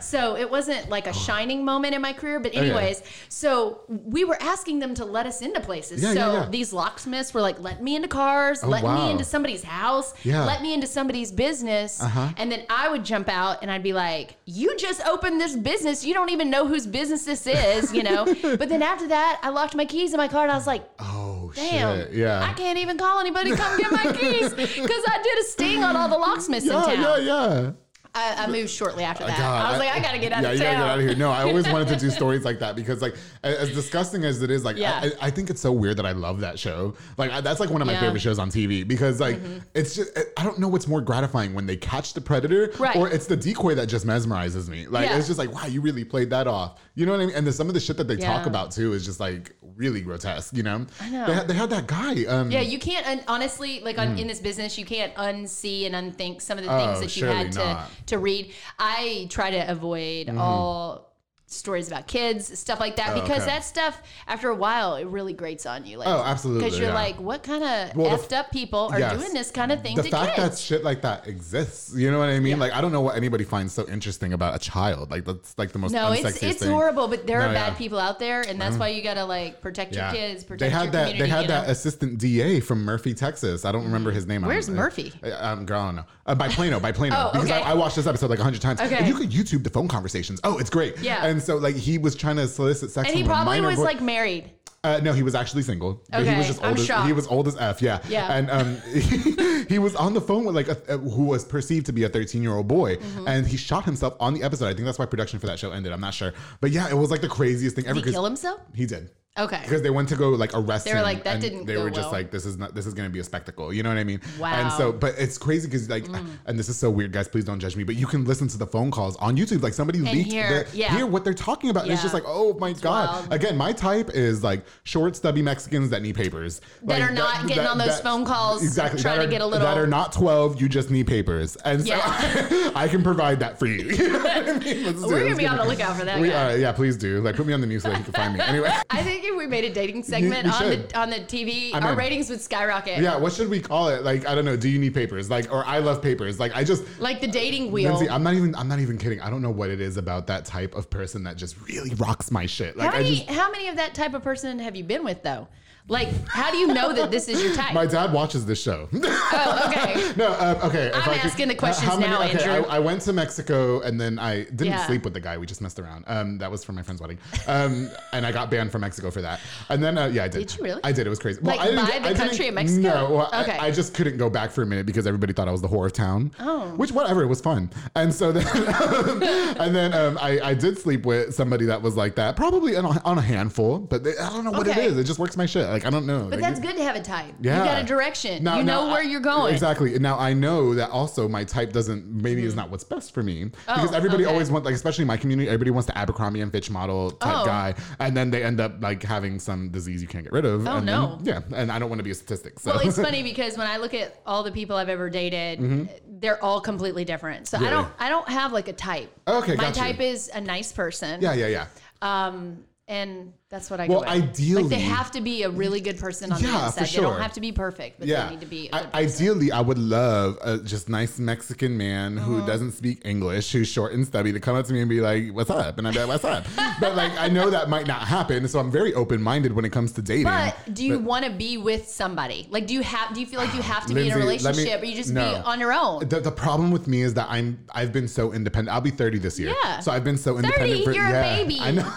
Speaker 3: So it wasn't like
Speaker 1: Oh.
Speaker 3: a shining moment in my career. But anyways, so we were asking them to let us into places.
Speaker 1: Yeah,
Speaker 3: so
Speaker 1: yeah, yeah.
Speaker 3: these locksmiths were like, "Let me into cars. let
Speaker 1: wow.
Speaker 3: me into somebody's house.
Speaker 1: Yeah.
Speaker 3: Let me into somebody's business."
Speaker 1: Uh-huh.
Speaker 3: And then I would jump out and I'd be like, "You just opened this business. You don't even know whose business this is, you know." but then after that, I locked my keys in my car and I was like,
Speaker 1: oh
Speaker 3: "Damn,
Speaker 1: shit! Yeah.
Speaker 3: I can't even call anybody to come get my keys because I did a sting on all the locksmiths
Speaker 1: Yeah,
Speaker 3: in town."
Speaker 1: yeah, yeah.
Speaker 3: I, I moved shortly after that.
Speaker 1: God,
Speaker 3: I was like, "I gotta get out
Speaker 1: yeah,
Speaker 3: of
Speaker 1: you gotta
Speaker 3: town."
Speaker 1: get out of here. No, I always wanted to do stories like that because, like, a- as disgusting as it is, like,
Speaker 3: Yeah.
Speaker 1: I, I think it's so weird that I love that show. Like, I, that's like one of my
Speaker 3: Yeah. Mm-hmm.
Speaker 1: favorite shows on TV because, like, it's just I- I don't know what's more gratifying when they catch the predator
Speaker 3: Right.
Speaker 1: or it's the decoy that just mesmerizes me. Like,
Speaker 3: Yeah.
Speaker 1: it's just like, wow, you really played that off. You know what I mean? And then some of the shit that they talk
Speaker 3: Yeah.
Speaker 1: about too is just like really grotesque. You know, I
Speaker 3: know.
Speaker 1: They, had- they had that guy. Um,
Speaker 3: Yeah, you can't un- honestly like on, in this business, you can't unsee and unthink some of the
Speaker 1: Hmm. Oh,
Speaker 3: things that you
Speaker 1: surely
Speaker 3: had to,
Speaker 1: not. Mm-hmm.
Speaker 3: to read. I try to avoid all stories about kids, stuff like that, because
Speaker 1: Oh, okay.
Speaker 3: that stuff after a while it really grates on you. Like,
Speaker 1: Oh, absolutely,
Speaker 3: Because you're
Speaker 1: yeah.
Speaker 3: like, what kind of
Speaker 1: Well, the f-
Speaker 3: effed up people are
Speaker 1: Yes.
Speaker 3: doing this kind of thing
Speaker 1: the
Speaker 3: to
Speaker 1: fact
Speaker 3: kids?
Speaker 1: that shit like that exists you know what i mean like i don't know what anybody finds so interesting about a child like that's like the most
Speaker 3: no, it's
Speaker 1: unsexiest
Speaker 3: it's
Speaker 1: thing.
Speaker 3: horrible, but there
Speaker 1: No,
Speaker 3: are bad
Speaker 1: yeah. Mm-hmm.
Speaker 3: people out there, and that's why you gotta like protect your kids, protect
Speaker 1: they had
Speaker 3: your
Speaker 1: that.
Speaker 3: community.
Speaker 1: They had
Speaker 3: you
Speaker 1: that
Speaker 3: know?
Speaker 1: assistant DA from Murphy, Texas. I don't remember his name.
Speaker 3: Where's
Speaker 1: I'm-
Speaker 3: Murphy?
Speaker 1: I, I'm, girl, I don't know. Uh, by Plano, by Plano.
Speaker 3: Oh,
Speaker 1: Because
Speaker 3: okay.
Speaker 1: I, I watched this episode like a hundred times.
Speaker 3: Okay.
Speaker 1: And you could YouTube the phone conversations. Oh, it's great.
Speaker 3: Yeah.
Speaker 1: And so like he was trying to solicit sex.
Speaker 3: and he
Speaker 1: from a
Speaker 3: probably
Speaker 1: minor
Speaker 3: was
Speaker 1: boy-
Speaker 3: like married.
Speaker 1: Uh, no, he was actually single. But He
Speaker 3: Okay,
Speaker 1: was just
Speaker 3: I'm
Speaker 1: old as,
Speaker 3: shocked.
Speaker 1: he was old as F, yeah.
Speaker 3: Yeah.
Speaker 1: And um, he, was on the phone with like a, a- who was perceived to be a 13 year old boy,
Speaker 3: Mm-hmm.
Speaker 1: and he shot himself on the episode. I think that's why production for that show ended. I'm not sure, but yeah, it was like the craziest thing ever.
Speaker 3: Did he
Speaker 1: 'cause
Speaker 3: kill himself?
Speaker 1: He did.
Speaker 3: Okay.
Speaker 1: because they went to go like arrest
Speaker 3: They were
Speaker 1: him,
Speaker 3: like, "That
Speaker 1: and
Speaker 3: didn't
Speaker 1: They
Speaker 3: go
Speaker 1: were just
Speaker 3: well."
Speaker 1: like, "This is not. This is going to be a spectacle." You know what I mean?
Speaker 3: Wow. Mm.
Speaker 1: And so, but it's crazy because like, and this is so weird, guys. Please don't judge me. But you can listen to the phone calls on YouTube. Like somebody leaked,
Speaker 3: hear-
Speaker 1: their-
Speaker 3: yeah.
Speaker 1: hear what they're talking about. And it's
Speaker 3: Yeah.
Speaker 1: just like, oh my god.
Speaker 3: wild.
Speaker 1: Again, my type is like short, stubby Mexicans that need papers
Speaker 3: That
Speaker 1: Like,
Speaker 3: are not getting on those phone calls, trying
Speaker 1: that
Speaker 3: to
Speaker 1: are-
Speaker 3: get a little-
Speaker 1: That are not twelve. You just need papers, and so I can provide that for you. You know what I mean? Let's do
Speaker 3: We're
Speaker 1: it.
Speaker 3: gonna
Speaker 1: Let's
Speaker 3: be
Speaker 1: get
Speaker 3: on the
Speaker 1: it.
Speaker 3: lookout for that
Speaker 1: We
Speaker 3: guy.
Speaker 1: are. Yeah, please do. Like, put me on the news so that you can find me. Anyway.
Speaker 3: I think if we made a dating segment
Speaker 1: we
Speaker 3: on
Speaker 1: should.
Speaker 3: the on the TV,
Speaker 1: I'm
Speaker 3: our
Speaker 1: in.
Speaker 3: ratings would skyrocket.
Speaker 1: Yeah, what should we call it? Like, I don't know. Do you need papers? Like, or I love papers. Like, I just
Speaker 3: Like the dating wheel.
Speaker 1: Lindsay, I'm not even. I'm not even kidding. I don't know what it is about that type of person that just really rocks my shit. Like,
Speaker 3: how
Speaker 1: I
Speaker 3: many
Speaker 1: just.
Speaker 3: how many of that type of person have you been with though? Like, how do you know that this is your type?
Speaker 1: My dad watches this show.
Speaker 3: oh, okay.
Speaker 1: no, uh, okay. if
Speaker 3: I'm
Speaker 1: I
Speaker 3: asking the questions now, Andrew.
Speaker 1: I, I went to Mexico and then I didn't
Speaker 3: Yeah.
Speaker 1: sleep with the guy. We just messed around. Um, that was for my friend's wedding. Um, and I got banned from Mexico for that. And then, uh, yeah, I did.
Speaker 3: Did you really?
Speaker 1: I did. It was crazy.
Speaker 3: Like, by the country of Mexico?
Speaker 1: No, well, I-
Speaker 3: Okay.
Speaker 1: I, just couldn't go back for a minute because everybody thought I was the whore of town.
Speaker 3: Oh.
Speaker 1: Which, whatever, it was fun. And so then, and then um, I, I did sleep with somebody that was like that, probably on a, on a handful, but they, I don't know what
Speaker 3: Okay.
Speaker 1: it is. It just works my shit. Like, I don't know.
Speaker 3: But
Speaker 1: Like,
Speaker 3: that's
Speaker 1: it-
Speaker 3: good to have a type.
Speaker 1: yeah.
Speaker 3: You got a direction.
Speaker 1: Now-
Speaker 3: you know
Speaker 1: now
Speaker 3: where
Speaker 1: I-
Speaker 3: you're going.
Speaker 1: Exactly. Now I know that also my type doesn't maybe is not what's best for me because everybody
Speaker 3: Hmm. Oh, okay.
Speaker 1: always wants like especially in my community everybody wants the Abercrombie and Fitch model type
Speaker 3: Oh.
Speaker 1: guy and then they end up like having some disease you can't get rid of.
Speaker 3: Oh,
Speaker 1: and
Speaker 3: no.
Speaker 1: Then, yeah, and I don't want to be a statistic. So.
Speaker 3: Well, it's funny because when I look at all the people I've ever dated, they're all completely different. So
Speaker 1: Mm-hmm. Yeah.
Speaker 3: I don't I don't have like a type.
Speaker 1: Okay,
Speaker 3: My
Speaker 1: got you.
Speaker 3: type is a nice person.
Speaker 1: yeah, yeah, yeah.
Speaker 3: Um and that's what I
Speaker 1: Well,
Speaker 3: go with.
Speaker 1: ideally-
Speaker 3: like they have to be a really good person on
Speaker 1: Yeah,
Speaker 3: the
Speaker 1: for
Speaker 3: inside. They
Speaker 1: sure.
Speaker 3: don't have to be perfect, but
Speaker 1: yeah.
Speaker 3: they need to be. a
Speaker 1: I,
Speaker 3: good person.
Speaker 1: ideally, I would love a just nice Mexican man
Speaker 3: Uh-huh.
Speaker 1: who doesn't speak English, who's short and stubby, to come up to me and be like, "What's up?" And I'd be like, "What's up?" but like, I know that might not happen, so I'm very open minded when it comes to dating.
Speaker 3: But do you want to be with somebody? Like, do you have? Do you feel like you have to be in a
Speaker 1: Lindsay, let me-
Speaker 3: relationship, or you just be
Speaker 1: no.
Speaker 3: on your own?
Speaker 1: The, the problem with me is that I'm I've been so independent. I'll be 30 this year.
Speaker 3: Yeah.
Speaker 1: So I've been so independent
Speaker 3: 30?
Speaker 1: for
Speaker 3: You're a
Speaker 1: yeah,
Speaker 3: baby.
Speaker 1: I know.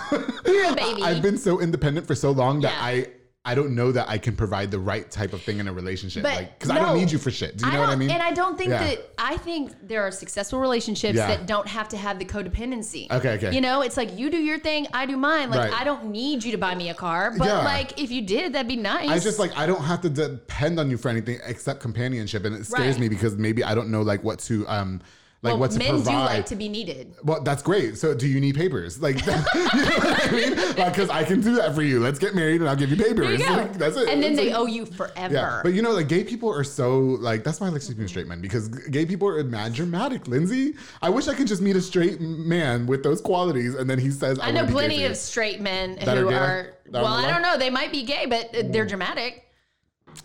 Speaker 3: You're a baby.
Speaker 1: I've been so independent for so long that
Speaker 3: Yeah.
Speaker 1: I I don't know that I can provide the right type of thing in a relationship.
Speaker 3: But
Speaker 1: like cuz I don't
Speaker 3: no.
Speaker 1: need you for shit. Do you
Speaker 3: I
Speaker 1: know what I
Speaker 3: don't-
Speaker 1: mean?
Speaker 3: And I don't think
Speaker 1: Yeah.
Speaker 3: that I think there are successful relationships
Speaker 1: Yeah.
Speaker 3: that don't have to have the codependency.
Speaker 1: Okay, okay.
Speaker 3: You know, it's like you do your thing, I do mine. Like
Speaker 1: Right.
Speaker 3: I don't need you to buy me a car, but
Speaker 1: Yeah.
Speaker 3: like if you did, that'd be nice.
Speaker 1: I just like I don't have to depend on you for anything except companionship and it scares
Speaker 3: Right.
Speaker 1: me because maybe I don't know like what to um like
Speaker 3: Well,
Speaker 1: what to
Speaker 3: men
Speaker 1: provide.
Speaker 3: do like to be needed.
Speaker 1: Well, that's great. So, do you need papers? Like, you know what I mean? Like, because I can do that for you. Let's get married, and I'll give you papers.
Speaker 3: There you go.
Speaker 1: Like, that's it.
Speaker 3: And then
Speaker 1: It's
Speaker 3: they
Speaker 1: like-
Speaker 3: owe you forever.
Speaker 1: Yeah, but you know, like gay people are so like that's why I like sleeping with straight men because g- gay people are mad dramatic. Lindsay, I wish I could just meet a straight man with those qualities, and then he says, "I,
Speaker 3: I
Speaker 1: wanna
Speaker 3: know
Speaker 1: be gay
Speaker 3: plenty
Speaker 1: for you.
Speaker 3: of straight men
Speaker 1: That are
Speaker 3: who
Speaker 1: gay?
Speaker 3: are.
Speaker 1: That are Hmm.
Speaker 3: Well, I
Speaker 1: what?
Speaker 3: don't know. They might be gay, but uh, they're dramatic.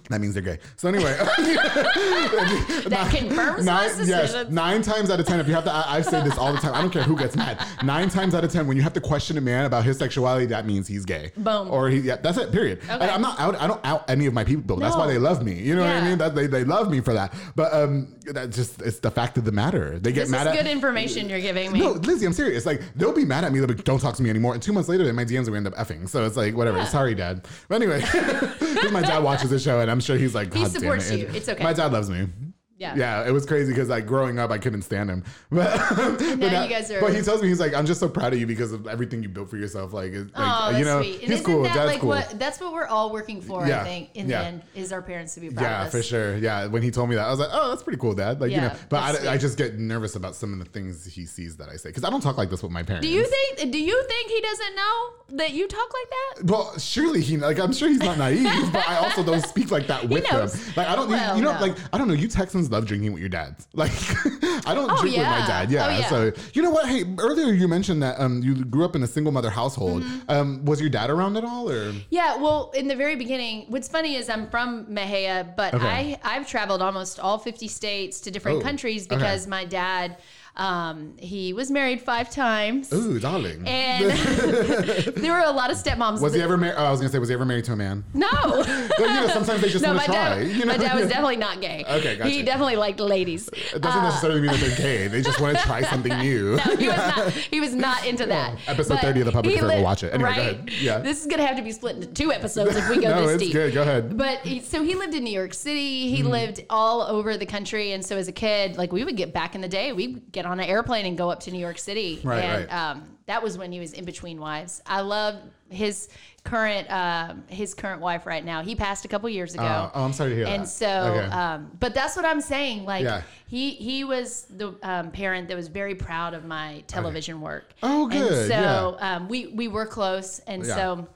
Speaker 1: That means they're gay. So anyway,
Speaker 3: That confirms my
Speaker 1: nine, yes,
Speaker 3: decisions.
Speaker 1: nine times out of ten, if you have to, I, I say this all the time. I don't care who gets mad. Nine times out of ten, when you have to question a man about his sexuality, that means he's gay.
Speaker 3: Boom.
Speaker 1: Or he, yeah, that's it. Period. And I'm not out. I don't out any of my people. That's why
Speaker 3: No.
Speaker 1: they love me. You know what I
Speaker 3: Yeah.
Speaker 1: mean? That they, they love me for that. But um, that just it's the fact of the matter. They get
Speaker 3: This
Speaker 1: mad
Speaker 3: is
Speaker 1: at
Speaker 3: good information you're giving me.
Speaker 1: no, Lizzie, I'm serious. Like, they'll be mad at me. They'll be like, don't talk to me anymore. And two months later, my DMs will end up effing. So it's like, whatever. Sorry, Dad. But anyway, 'cause my dad watches the show, and I'm sure he's like, God
Speaker 3: He
Speaker 1: damn
Speaker 3: supports
Speaker 1: it.
Speaker 3: you.
Speaker 1: And
Speaker 3: It's okay.
Speaker 1: My dad loves me.
Speaker 3: Yeah.
Speaker 1: Yeah, it was crazy because like growing up, I couldn't stand him. But, but now-
Speaker 3: you guys are-
Speaker 1: But he tells me he's like, I'm just so proud of you because of everything you built for yourself. Like, it's, like
Speaker 3: Oh, that's
Speaker 1: you know,
Speaker 3: sweet. And
Speaker 1: he's
Speaker 3: isn't
Speaker 1: cool.
Speaker 3: that
Speaker 1: Dad's
Speaker 3: like
Speaker 1: cool.
Speaker 3: what that's what we're all working for,
Speaker 1: Yeah.
Speaker 3: I think, in
Speaker 1: Yeah.
Speaker 3: the end, is our parents to be proud
Speaker 1: Yeah,
Speaker 3: of us.
Speaker 1: for sure. Yeah, when he told me that, I was like, "Oh, that's pretty cool, Dad." Like, you
Speaker 3: Yeah,
Speaker 1: know, but
Speaker 3: that's
Speaker 1: I, I
Speaker 3: sweet.
Speaker 1: just get nervous about some of the things he sees that I say because I don't talk like this with my parents.
Speaker 3: Do you think do you think he doesn't know that you talk like that?
Speaker 1: Well, surely he like I'm sure he's not naive, but I also don't speak like that with him.
Speaker 3: knows.
Speaker 1: Like I don't you-
Speaker 3: Well,
Speaker 1: you know
Speaker 3: no.
Speaker 1: like I don't know you Texans love drinking with your dads. Like I don't drink with my
Speaker 3: yeah.
Speaker 1: dad.
Speaker 3: Oh,
Speaker 1: Yeah.
Speaker 3: yeah.
Speaker 1: So you know what? Hey, earlier you mentioned that um you grew up in a single mother household.
Speaker 3: Mm-hmm.
Speaker 1: Um, was your dad around at all or?
Speaker 3: Yeah, well, in the very beginning, what's funny is I'm from Mejia, but
Speaker 1: Okay.
Speaker 3: I I've traveled almost all 50 states to different
Speaker 1: Oh,
Speaker 3: countries
Speaker 1: okay.
Speaker 3: because my dad um, he was married 5 times.
Speaker 1: Ooh, darling.
Speaker 3: And there were a lot of stepmoms.
Speaker 1: was
Speaker 3: that-
Speaker 1: he ever married? Oh, I was gonna say, was he ever married to a man?
Speaker 3: No.
Speaker 1: But, you know, sometimes they just
Speaker 3: no,
Speaker 1: want
Speaker 3: my
Speaker 1: to try.
Speaker 3: dad,
Speaker 1: you know?
Speaker 3: my dad was definitely not gay.
Speaker 1: Okay, gotcha.
Speaker 3: He definitely liked ladies.
Speaker 1: It doesn't necessarily mean that they're gay. They just want to try something new.
Speaker 3: No, he was not. He was not into that.
Speaker 1: Episode 30 of The Public
Speaker 3: he
Speaker 1: Affair. We'll watch it. Anyway, go
Speaker 3: right?
Speaker 1: ahead. Yeah.
Speaker 3: This is gonna have to be split into two episodes if we go
Speaker 1: no,
Speaker 3: this
Speaker 1: it's
Speaker 3: deep.
Speaker 1: good. Go ahead.
Speaker 3: But he- so he lived in
Speaker 1: Mm-hmm.
Speaker 3: New York City. He lived all over the country, and so as a kid, like we would get back in the day, we would get on an airplane and go up to New York City.
Speaker 1: Right,
Speaker 3: and
Speaker 1: right.
Speaker 3: Um, that was when he was in between wives. I love his current um, his current wife right now. He passed a couple years ago.
Speaker 1: Uh, oh, I'm sorry to hear
Speaker 3: and
Speaker 1: that.
Speaker 3: so,
Speaker 1: Okay.
Speaker 3: um, but that's what I'm saying. Like
Speaker 1: Yeah.
Speaker 3: he he was the um, parent that was very proud of my television work.
Speaker 1: Oh, good,
Speaker 3: And so
Speaker 1: yeah.
Speaker 3: um, we we were close, and
Speaker 1: Yeah.
Speaker 3: so.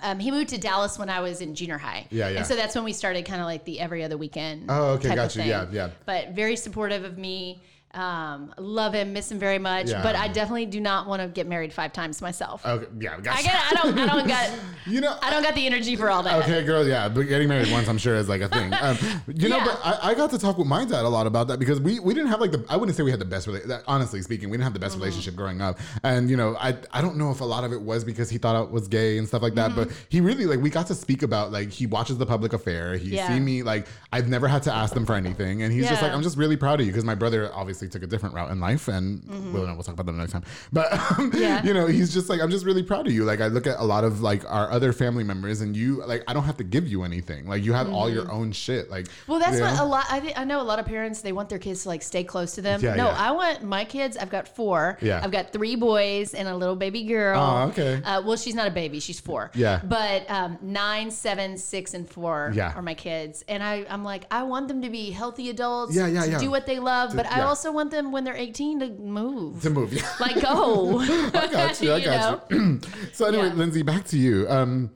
Speaker 3: Um, he moved to Dallas when I was in junior high.
Speaker 1: Yeah, yeah.
Speaker 3: And so that's when we started kind of like the every other weekend.
Speaker 1: Oh, okay,
Speaker 3: type of
Speaker 1: got you.
Speaker 3: thing.
Speaker 1: Yeah, yeah.
Speaker 3: But very supportive of me. Um, love him, miss him very much.
Speaker 1: Yeah. Oh.
Speaker 3: But I definitely do not want to get married five times myself.
Speaker 1: Okay, yeah, gotcha.
Speaker 3: I get. I don't. I don't got.
Speaker 1: you know,
Speaker 3: I don't got the energy for all that.
Speaker 1: Okay, girl, yeah, but getting married once, I'm sure, is like a thing. Um, you know,
Speaker 3: Yeah.
Speaker 1: but I, I got to talk with my dad a lot about that because we, we didn't have like the, I wouldn't say we had the best, rela- that, honestly speaking, we didn't have the best
Speaker 3: Mm-hmm.
Speaker 1: relationship growing up. And, you know, I, I don't know if a lot of it was because he thought I was gay and stuff like that, but
Speaker 3: Mm-hmm.
Speaker 1: he really, like, we got to speak about, like, he watches the public affair. He
Speaker 3: Yeah.
Speaker 1: see me, like, I've never had to ask them for anything. And he's just
Speaker 3: Yeah.
Speaker 1: like, I'm just really proud of you because my brother obviously took a different route in life. And we'll, we'll talk about that another time. But, um,
Speaker 3: Mm-hmm. Yeah.
Speaker 1: you know, he's just like, I'm just really proud of you. Like, I look at a lot of like our other family members, and you, like, I don't have to give you anything. Like, you have all your own shit. Like,
Speaker 3: Mm-hmm. Well, that's
Speaker 1: you
Speaker 3: what
Speaker 1: know?
Speaker 3: a lot. I think I know a lot of parents. They want their kids to like stay close to them.
Speaker 1: Yeah,
Speaker 3: no,
Speaker 1: yeah.
Speaker 3: I want my kids. I've got four.
Speaker 1: Yeah.
Speaker 3: I've got three boys and a little baby girl.
Speaker 1: Oh, okay.
Speaker 3: Uh, well, she's not a baby. She's four.
Speaker 1: Yeah.
Speaker 3: But um, nine, seven, six, and four
Speaker 1: Yeah.
Speaker 3: are my kids, and I, I'm like, I want them to be healthy adults.
Speaker 1: Yeah, yeah,
Speaker 3: to
Speaker 1: yeah.
Speaker 3: Do what they love, but I
Speaker 1: yeah.
Speaker 3: also want them when they're 18 to move.
Speaker 1: To move.
Speaker 3: like go.
Speaker 1: I got you. I
Speaker 3: You
Speaker 1: got you. so anyway,
Speaker 3: Yeah.
Speaker 1: Lindsay, back to you. Um,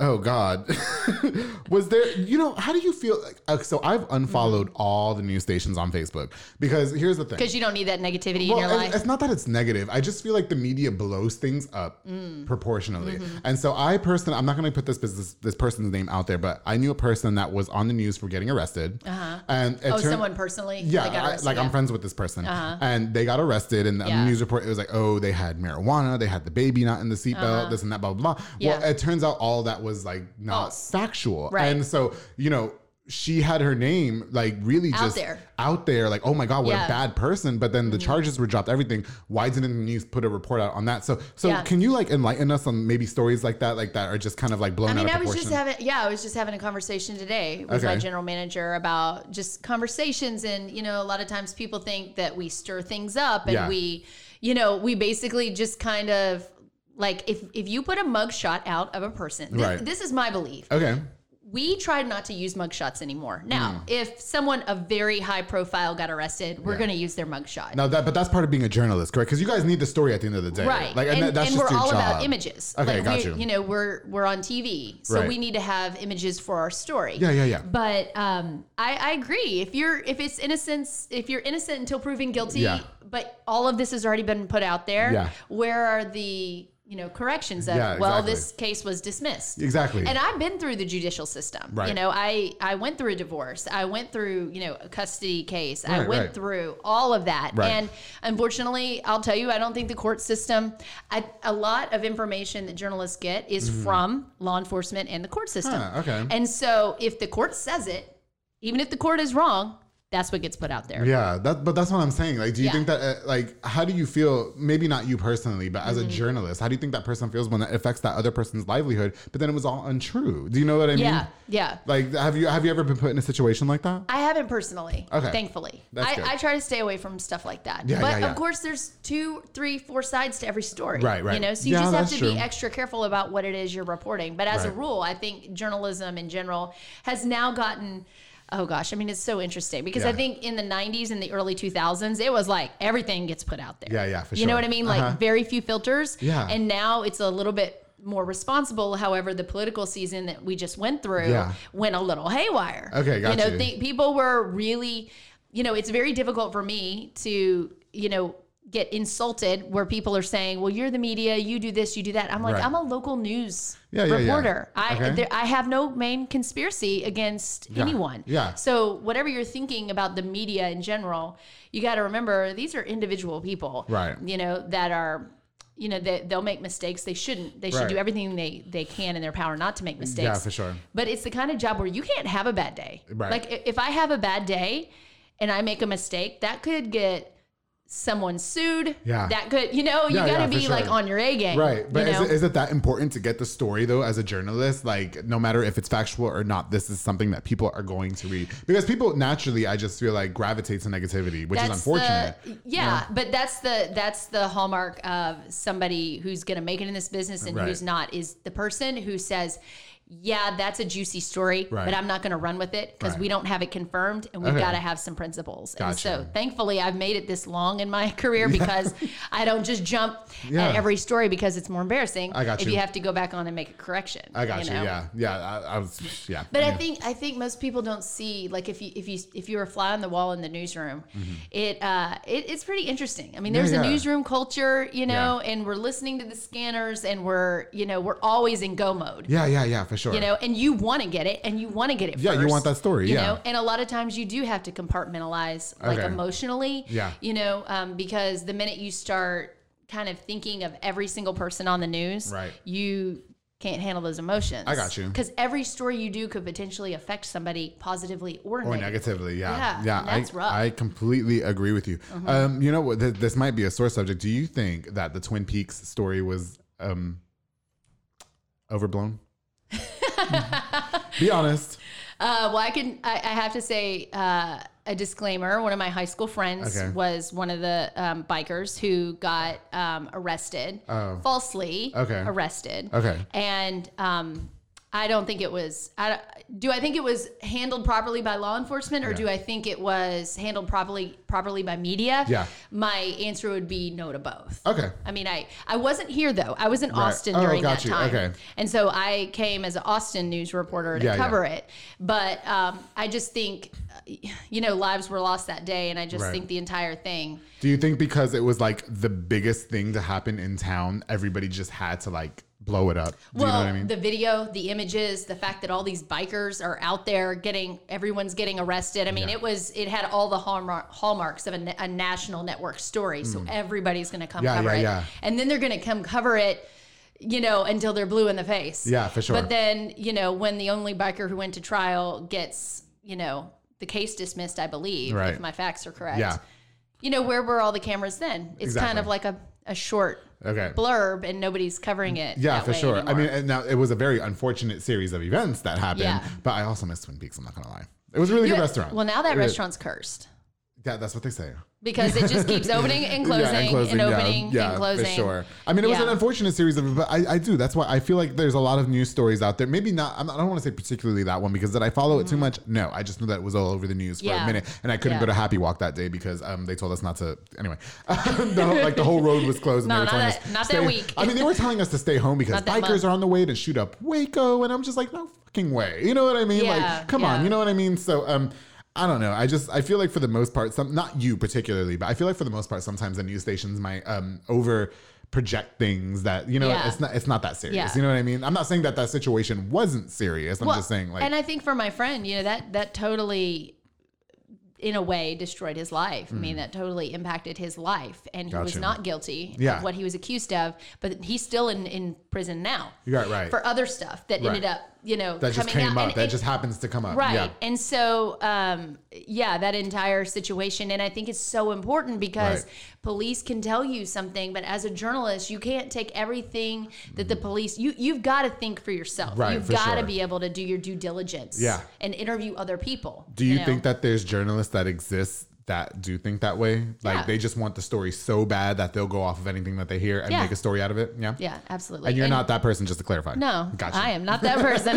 Speaker 1: oh God, was there? You know, how do you feel? Like, uh, so I've unfollowed
Speaker 3: Mm-hmm.
Speaker 1: all the news stations on Facebook because here's the thing.
Speaker 3: Because you don't need that negativity in your
Speaker 1: Well, it's-
Speaker 3: life.
Speaker 1: It's not that it's negative. I just feel like the media blows things up proportionally.
Speaker 3: Mm-hmm.
Speaker 1: And so I person, I'm not going to put this, this this person's name out there, but I knew a person that was on the news for getting arrested. Uh-huh. And it
Speaker 3: oh,
Speaker 1: turned-
Speaker 3: someone personally.
Speaker 1: Yeah,
Speaker 3: Like, got
Speaker 1: I-
Speaker 3: arrested,
Speaker 1: like I'm
Speaker 3: yeah.
Speaker 1: friends with this person, and they got arrested. And on the
Speaker 3: Yeah.
Speaker 1: news report, it was like, oh, they had marijuana, they had the baby not in the seatbelt, this and that, blah blah blah. Well,
Speaker 3: Uh-huh. Yeah.
Speaker 1: it turns out all that was like not
Speaker 3: False.
Speaker 1: factual,
Speaker 3: Right.
Speaker 1: and so you know. She had her name like really
Speaker 3: Out
Speaker 1: just
Speaker 3: there.
Speaker 1: out there, like, oh my God, what a
Speaker 3: Yeah. Mm-hmm.
Speaker 1: bad person. But then the charges were dropped, everything. Why didn't the news put a report out on that? So, so
Speaker 3: Yeah.
Speaker 1: can you like enlighten us on maybe stories like that, like that are just kind of like blown
Speaker 3: I mean,
Speaker 1: out
Speaker 3: I
Speaker 1: of
Speaker 3: was
Speaker 1: proportion?
Speaker 3: just having, yeah, I was just having a conversation today with my
Speaker 1: Okay.
Speaker 3: general manager about just conversations. And, you know, a lot of times people think that we stir things up and
Speaker 1: Yeah.
Speaker 3: we, you know, we basically just kind of like if, if you put a mugshot out of a person, thi-
Speaker 1: Right.
Speaker 3: this is my belief
Speaker 1: okay.
Speaker 3: we tried not to use mugshots anymore.
Speaker 1: Mm.
Speaker 3: Now, if someone of very high profile got arrested, we're going to use their mugshot.
Speaker 1: Now that, but that's part of being a journalist, correct? Because you guys need the story at the end of the day,
Speaker 3: Right.
Speaker 1: Like, and,
Speaker 3: and
Speaker 1: that- that's
Speaker 3: and
Speaker 1: just
Speaker 3: we're
Speaker 1: your
Speaker 3: all about
Speaker 1: job.
Speaker 3: images.
Speaker 1: Okay,
Speaker 3: like
Speaker 1: got
Speaker 3: we,
Speaker 1: you.
Speaker 3: You know, we're we're on TV, so
Speaker 1: Right.
Speaker 3: we need to have images for our story.
Speaker 1: Yeah, yeah, yeah.
Speaker 3: But um, I, I agree. If you're if it's innocence, if you're innocent until proven guilty,
Speaker 1: Yeah.
Speaker 3: but all of this has already been put out there.
Speaker 1: Yeah.
Speaker 3: Where are the you know corrections of
Speaker 1: Yeah,
Speaker 3: well
Speaker 1: exactly.
Speaker 3: this case was dismissed
Speaker 1: Exactly.
Speaker 3: and i've been through the judicial system
Speaker 1: Right.
Speaker 3: you know i i went through a divorce i went through you know a custody case i
Speaker 1: Right,
Speaker 3: went
Speaker 1: right.
Speaker 3: through all of that
Speaker 1: Right.
Speaker 3: and unfortunately, I'll tell you, I don't think the court system, I, a lot of information that journalists get is from law enforcement and the court system.
Speaker 1: Mm-hmm. Huh, okay.
Speaker 3: And so if the court says it, even if the court is wrong, that's what gets put out there.
Speaker 1: Yeah, that, but that's what I'm saying. Like, do you
Speaker 3: Yeah.
Speaker 1: think that, uh, like, how do you feel? Maybe not you personally, but as
Speaker 3: Mm-hmm.
Speaker 1: a journalist, how do you think that person feels when that affects that other person's livelihood? But then it was all untrue. Do you know what I mean?
Speaker 3: Yeah. yeah.
Speaker 1: Like, have you have you ever been put in a situation like that?
Speaker 3: I haven't personally,
Speaker 1: Okay.
Speaker 3: thankfully.
Speaker 1: That's good.
Speaker 3: I, I try to stay away from stuff like that.
Speaker 1: Yeah,
Speaker 3: but
Speaker 1: yeah, yeah.
Speaker 3: of course, there's two, three, four sides to every story.
Speaker 1: Right, right.
Speaker 3: You know, so you
Speaker 1: Yeah,
Speaker 3: just have
Speaker 1: that's
Speaker 3: to
Speaker 1: true.
Speaker 3: be extra careful about what it is you're reporting. But as a
Speaker 1: Right.
Speaker 3: rule, I think journalism in general has now gotten. Oh gosh, I mean it's so interesting because I
Speaker 1: Yeah.
Speaker 3: think in the 90s and the early 2000s it was like everything gets put out there.
Speaker 1: Yeah, yeah, for
Speaker 3: You know
Speaker 1: sure.
Speaker 3: what I mean? Like
Speaker 1: Uh-huh.
Speaker 3: very few filters.
Speaker 1: Yeah.
Speaker 3: And now it's a little bit more responsible. However, the political season that we just went through
Speaker 1: Yeah.
Speaker 3: went a little haywire.
Speaker 1: Okay,
Speaker 3: You know,
Speaker 1: gotcha.
Speaker 3: thi- people were really you know it's very difficult for me to you know get insulted where people are saying well you're the media you do this you do that i'm like
Speaker 1: Right.
Speaker 3: i'm a local news
Speaker 1: Yeah, yeah, yeah.
Speaker 3: reporter i
Speaker 1: Okay.
Speaker 3: there, i have no main conspiracy against anyone
Speaker 1: yeah.
Speaker 3: so whatever you're thinking about the media in general you got to remember these are individual people
Speaker 1: Right.
Speaker 3: you know that are you know they, they'll make mistakes they shouldn't they should
Speaker 1: Right.
Speaker 3: do everything they they can in their power not to make mistakes
Speaker 1: Yeah, for sure.
Speaker 3: but it's the kind of job where you can't have a bad day.
Speaker 1: Right.
Speaker 3: Like i- if I have a bad day and I make a mistake, that could get someone sued.
Speaker 1: Yeah.
Speaker 3: That could, you know, you
Speaker 1: Yeah,
Speaker 3: got
Speaker 1: yeah,
Speaker 3: to
Speaker 1: for
Speaker 3: be like
Speaker 1: sure.
Speaker 3: on your A game.
Speaker 1: Right. But
Speaker 3: you
Speaker 1: is,
Speaker 3: know?
Speaker 1: it, is it that important to get the story though as a journalist? Like no matter if it's factual or not, this is something that people are going to read. Because people naturally I just feel like gravitate to negativity, which is unfortunate.
Speaker 3: The, yeah, but that's the that's the hallmark of somebody who's going to make it in this business and
Speaker 1: Right.
Speaker 3: who's not is the person who says, "Yeah, that's a juicy story,
Speaker 1: Right.
Speaker 3: but I'm not going to run with it because
Speaker 1: Right.
Speaker 3: we don't have it confirmed and we've
Speaker 1: Okay.
Speaker 3: got to have some principles." And so,
Speaker 1: Gotcha.
Speaker 3: thankfully, I've made it this long in my career because I don't just jump
Speaker 1: Yeah.
Speaker 3: at every story because it's more embarrassing
Speaker 1: I got
Speaker 3: if
Speaker 1: you.
Speaker 3: you. have to go back on and make a correction.
Speaker 1: I got you.
Speaker 3: know?
Speaker 1: Yeah. Yeah. I, I was yeah.
Speaker 3: But I
Speaker 1: Yeah.
Speaker 3: think I think most people don't see like if you if you if you're a fly on the wall in the newsroom, it uh it, it's pretty interesting. I mean, there's
Speaker 1: Mm-hmm. yeah.
Speaker 3: a newsroom culture, you know, and we're listening to the scanners, and we're you know we're always in go mode,
Speaker 1: Yeah, yeah, yeah, for sure.
Speaker 3: you know, and you want to get it, and you want to get it.
Speaker 1: Yeah, you
Speaker 3: first,
Speaker 1: want that story,
Speaker 3: you
Speaker 1: yeah.
Speaker 3: know, and a lot of times you do have to compartmentalize like
Speaker 1: Okay.
Speaker 3: emotionally,
Speaker 1: Yeah.
Speaker 3: you know, um, because the minute you start kind of thinking of every single person on the news,
Speaker 1: Right.
Speaker 3: you can't handle those emotions.
Speaker 1: I got you.
Speaker 3: Because every story you do could potentially affect somebody positively
Speaker 1: or
Speaker 3: or, negatively.
Speaker 1: negatively, yeah,
Speaker 3: Yeah, and that's
Speaker 1: I,
Speaker 3: rough. Mm-hmm.
Speaker 1: I completely agree with you. Um, you know what? Th- this might be a sore subject. Do you think that the Twin Peaks story was um, overblown? be honest.
Speaker 3: Uh, well, I can. I, I have to say uh, a disclaimer. One of my high school friends
Speaker 1: Okay.
Speaker 3: was one of the um, bikers who got um, arrested
Speaker 1: Oh.
Speaker 3: falsely.
Speaker 1: Okay.
Speaker 3: Arrested.
Speaker 1: Okay.
Speaker 3: And um, I don't think it was. I, don't- do I think it was handled properly by law enforcement, or do I think it was handled properly properly by media?
Speaker 1: Yeah.
Speaker 3: My answer would be no to both.
Speaker 1: Okay.
Speaker 3: I mean, I I wasn't here though. I was in Austin
Speaker 1: Oh,
Speaker 3: during
Speaker 1: got
Speaker 3: that
Speaker 1: you.
Speaker 3: time,
Speaker 1: Okay.
Speaker 3: and so I came as an Austin news reporter to
Speaker 1: Yeah, yeah.
Speaker 3: cover it. But um, I just think, uh, you know, lives were lost that day, and I just
Speaker 1: Right.
Speaker 3: think the entire thing.
Speaker 1: Do you think because it was like the biggest thing to happen in town, everybody just had to like blow it up? Do
Speaker 3: well,
Speaker 1: you know what I mean?
Speaker 3: the video, the images, the fact that all these bikers are out there getting everyone's getting arrested. I mean, it was it had all the hallmark, hallmarks of a, na- a national network story, so everybody's going to come
Speaker 1: Mm. Yeah,
Speaker 3: cover
Speaker 1: yeah,
Speaker 3: it,
Speaker 1: yeah.
Speaker 3: and then they're going to come cover it. You know, until they're blue in the face.
Speaker 1: Yeah, for sure.
Speaker 3: But then, you know, when the only biker who went to trial gets, you know, the case dismissed, I believe,
Speaker 1: Right.
Speaker 3: if my facts are correct.
Speaker 1: yeah.
Speaker 3: You know, where were all the cameras then? It's kind
Speaker 1: Exactly.
Speaker 3: of like a, a short
Speaker 1: Okay.
Speaker 3: blurb and nobody's covering it.
Speaker 1: Yeah,
Speaker 3: that
Speaker 1: for
Speaker 3: way
Speaker 1: sure. I
Speaker 3: anymore.
Speaker 1: mean, and now it was a very unfortunate series of events that happened,
Speaker 3: Yeah.
Speaker 1: but I also miss Twin Peaks. I'm not gonna lie. It was a really good
Speaker 3: Yeah,
Speaker 1: restaurant.
Speaker 3: Well, now that
Speaker 1: It-
Speaker 3: restaurant's cursed
Speaker 1: Yeah, that's what they say.
Speaker 3: because it just keeps opening and closing,
Speaker 1: yeah,
Speaker 3: and, opening and closing.
Speaker 1: For sure. I mean, it was
Speaker 3: Yeah.
Speaker 1: an unfortunate series of, but I, I do. That's why I feel like there's a lot of news stories out there. Maybe not. I'm- I don't want to say particularly that one because did I follow it too much? No, I just knew that it was all over the news for a
Speaker 3: Mm-hmm. Yeah.
Speaker 1: minute, and I couldn't
Speaker 3: Yeah.
Speaker 1: go to Happy Walk that day because um, they told us not to. Anyway, the whole, like the whole road was closed. and
Speaker 3: No,
Speaker 1: they were
Speaker 3: not
Speaker 1: telling
Speaker 3: that-
Speaker 1: us
Speaker 3: not
Speaker 1: stay-
Speaker 3: that week.
Speaker 1: I mean, they were telling us to stay home because
Speaker 3: Not that
Speaker 1: bikers
Speaker 3: month.
Speaker 1: are on the way to shoot up Waco, and I'm just like, no fucking way. You know what I mean?
Speaker 3: Yeah,
Speaker 1: like, come on.
Speaker 3: yeah.
Speaker 1: You know what I mean? So, um, I don't know. I just I feel like for the most part, some not you particularly, but I feel like for the most part, sometimes the news stations might um over project things that you know
Speaker 3: Yeah.
Speaker 1: it's not it's not that serious.
Speaker 3: Yeah.
Speaker 1: You know what I mean? I'm not saying that that situation wasn't serious. I'm
Speaker 3: Well,
Speaker 1: just saying like
Speaker 3: and I think for my friend, you know that that totally, in a way, destroyed his life. I mean, that totally impacted his life, and he was
Speaker 1: Mm. Gotcha.
Speaker 3: not guilty
Speaker 1: Yeah.
Speaker 3: of what he was accused of. But he's still in in prison now.
Speaker 1: You got it right.
Speaker 3: for other stuff that ended
Speaker 1: Right.
Speaker 3: up, you know,
Speaker 1: that just
Speaker 3: coming
Speaker 1: came
Speaker 3: out.
Speaker 1: up.
Speaker 3: And
Speaker 1: that
Speaker 3: it-
Speaker 1: just happens to come up.
Speaker 3: Right.
Speaker 1: Yeah.
Speaker 3: And so, um, yeah, that entire situation. And I think it's so important because
Speaker 1: Right.
Speaker 3: police can tell you something, but as a journalist, you can't take everything that the police, you, you've got to think for yourself.
Speaker 1: Mm-hmm. Right,
Speaker 3: you've
Speaker 1: for
Speaker 3: got to
Speaker 1: sure.
Speaker 3: be able to do your due diligence
Speaker 1: Yeah.
Speaker 3: and interview other people.
Speaker 1: Do you,
Speaker 3: know?
Speaker 1: think that there's journalists that exist that do think that way? Like
Speaker 3: Yeah.
Speaker 1: they just want the story so bad that they'll go off of anything that they hear and
Speaker 3: Yeah.
Speaker 1: make a story out of it. Yeah.
Speaker 3: Yeah, absolutely.
Speaker 1: And you're not that person, just to clarify.
Speaker 3: No,
Speaker 1: Gotcha.
Speaker 3: I am not that person.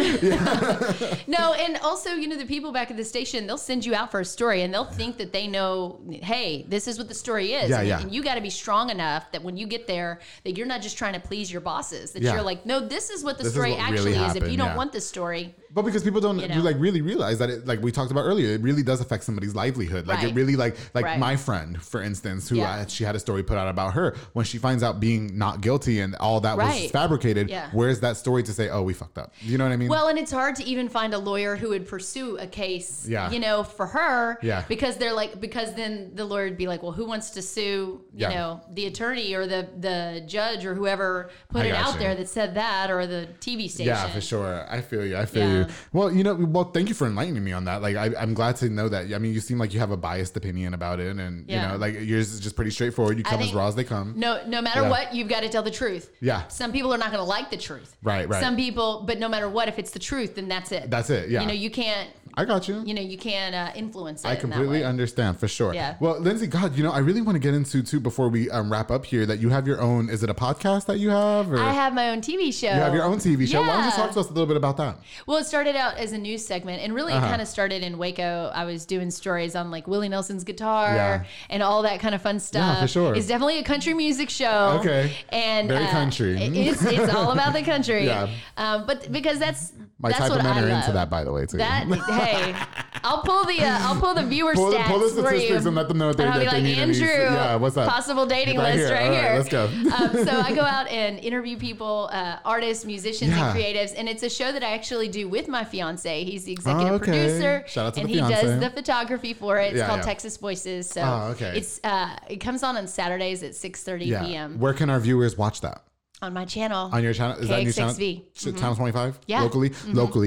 Speaker 3: no, and also, you know, the people back at the station, they'll send you out for a story and they'll think that they know, hey, this is what the story is.
Speaker 1: Yeah,
Speaker 3: and,
Speaker 1: yeah.
Speaker 3: and you got to be strong enough that when you get there, that you're not just trying to please your bosses, that
Speaker 1: Yeah.
Speaker 3: you're like, no, this is what the
Speaker 1: This is
Speaker 3: story
Speaker 1: what really
Speaker 3: actually is. If
Speaker 1: happened,
Speaker 3: you don't
Speaker 1: yeah.
Speaker 3: want this story,
Speaker 1: But because people don't
Speaker 3: know?
Speaker 1: do, like really realize that it like we talked about earlier, it really does affect somebody's livelihood. Like it
Speaker 3: Right.
Speaker 1: really like like
Speaker 3: Right.
Speaker 1: my friend, for instance, who
Speaker 3: Yeah.
Speaker 1: uh, she had a story put out about her when she finds out being not guilty and all that was
Speaker 3: Right.
Speaker 1: fabricated.
Speaker 3: Yeah.
Speaker 1: Where's that story to say, oh, we fucked up? You know what I mean?
Speaker 3: Well, and it's hard to even find a lawyer who would pursue a case,
Speaker 1: Yeah.
Speaker 3: you know, for her.
Speaker 1: Yeah.
Speaker 3: Because they're like, because then the lawyer would be like, well, who wants to sue, you
Speaker 1: Yeah.
Speaker 3: know, the attorney or the, the judge or whoever put
Speaker 1: I
Speaker 3: it
Speaker 1: got
Speaker 3: out
Speaker 1: you.
Speaker 3: there that said that or the TV station.
Speaker 1: Yeah, for sure. I feel you. I feel
Speaker 3: Yeah.
Speaker 1: you. Well, you know, well, thank you for enlightening me on that. Like, I, I'm glad to know that. I mean, you seem like you have a biased opinion about it, and
Speaker 3: Yeah.
Speaker 1: you know, like yours is just pretty straightforward. You
Speaker 3: I
Speaker 1: come as
Speaker 3: think-
Speaker 1: raw as they come.
Speaker 3: No, no matter
Speaker 1: Yeah.
Speaker 3: what, you've got to tell the truth.
Speaker 1: Yeah.
Speaker 3: Some people are not going to like the truth.
Speaker 1: Right, right.
Speaker 3: Some people, but no matter what, if it's the truth, then that's it.
Speaker 1: That's it, yeah.
Speaker 3: You know, you can't.
Speaker 1: I got you.
Speaker 3: You know, you can't uh, influence it.
Speaker 1: I
Speaker 3: in that
Speaker 1: completely
Speaker 3: way.
Speaker 1: understand for sure.
Speaker 3: Yeah.
Speaker 1: Well, Lindsay, God, you know, I really want to get into too before we um, wrap up here that you have your own. Is it a podcast that you have? Or
Speaker 3: I have my own TV show.
Speaker 1: you have your own TV show. Why don't you
Speaker 3: Yeah.
Speaker 1: talk to us a little bit about that?
Speaker 3: Well, it started out as a news segment, and
Speaker 1: Uh-huh.
Speaker 3: really it kind of started in Waco. I was doing stories on like Willie Nelson's guitar
Speaker 1: Yeah.
Speaker 3: and all that kind of fun stuff.
Speaker 1: for sure.
Speaker 3: It's definitely a country music show.
Speaker 1: Okay.
Speaker 3: and uh,
Speaker 1: Very country.
Speaker 3: it- It's, it's all about the country.
Speaker 1: Yeah.
Speaker 3: um, but because that's
Speaker 1: My
Speaker 3: that's
Speaker 1: type
Speaker 3: what
Speaker 1: of men
Speaker 3: I
Speaker 1: are
Speaker 3: love.
Speaker 1: into that, by the way, too.
Speaker 3: That hey, I'll pull the uh, I'll pull the viewer
Speaker 1: Pull,
Speaker 3: stats
Speaker 1: pull the
Speaker 3: for you.
Speaker 1: statistics and let them know what they,
Speaker 3: And I'll
Speaker 1: that
Speaker 3: be
Speaker 1: they
Speaker 3: like,
Speaker 1: need. to be-
Speaker 3: Andrew,
Speaker 1: yeah, what's up?
Speaker 3: possible dating
Speaker 1: Right
Speaker 3: list
Speaker 1: here.
Speaker 3: right
Speaker 1: All
Speaker 3: here.
Speaker 1: right, let's go.
Speaker 3: um, so I go out and interview people, uh, artists, musicians,
Speaker 1: Yeah.
Speaker 3: and creatives, and it's a show that I actually do with my fiance. He's the executive
Speaker 1: Oh, okay.
Speaker 3: producer,
Speaker 1: Shout out to
Speaker 3: and
Speaker 1: the
Speaker 3: he
Speaker 1: fiance.
Speaker 3: does the photography for it. It's
Speaker 1: Yeah,
Speaker 3: called
Speaker 1: yeah.
Speaker 3: Texas Voices. So
Speaker 1: Oh, okay.
Speaker 3: it's uh, it comes on on Saturdays at six thirty
Speaker 1: Yeah.
Speaker 3: p.m.
Speaker 1: Where can our viewers watch that?
Speaker 3: on my channel.
Speaker 1: On your channel? Is that your channel?
Speaker 3: KXXV.
Speaker 1: Ch- Channel 25?
Speaker 3: Mm-hmm. Yeah. Mm-hmm.
Speaker 1: Locally?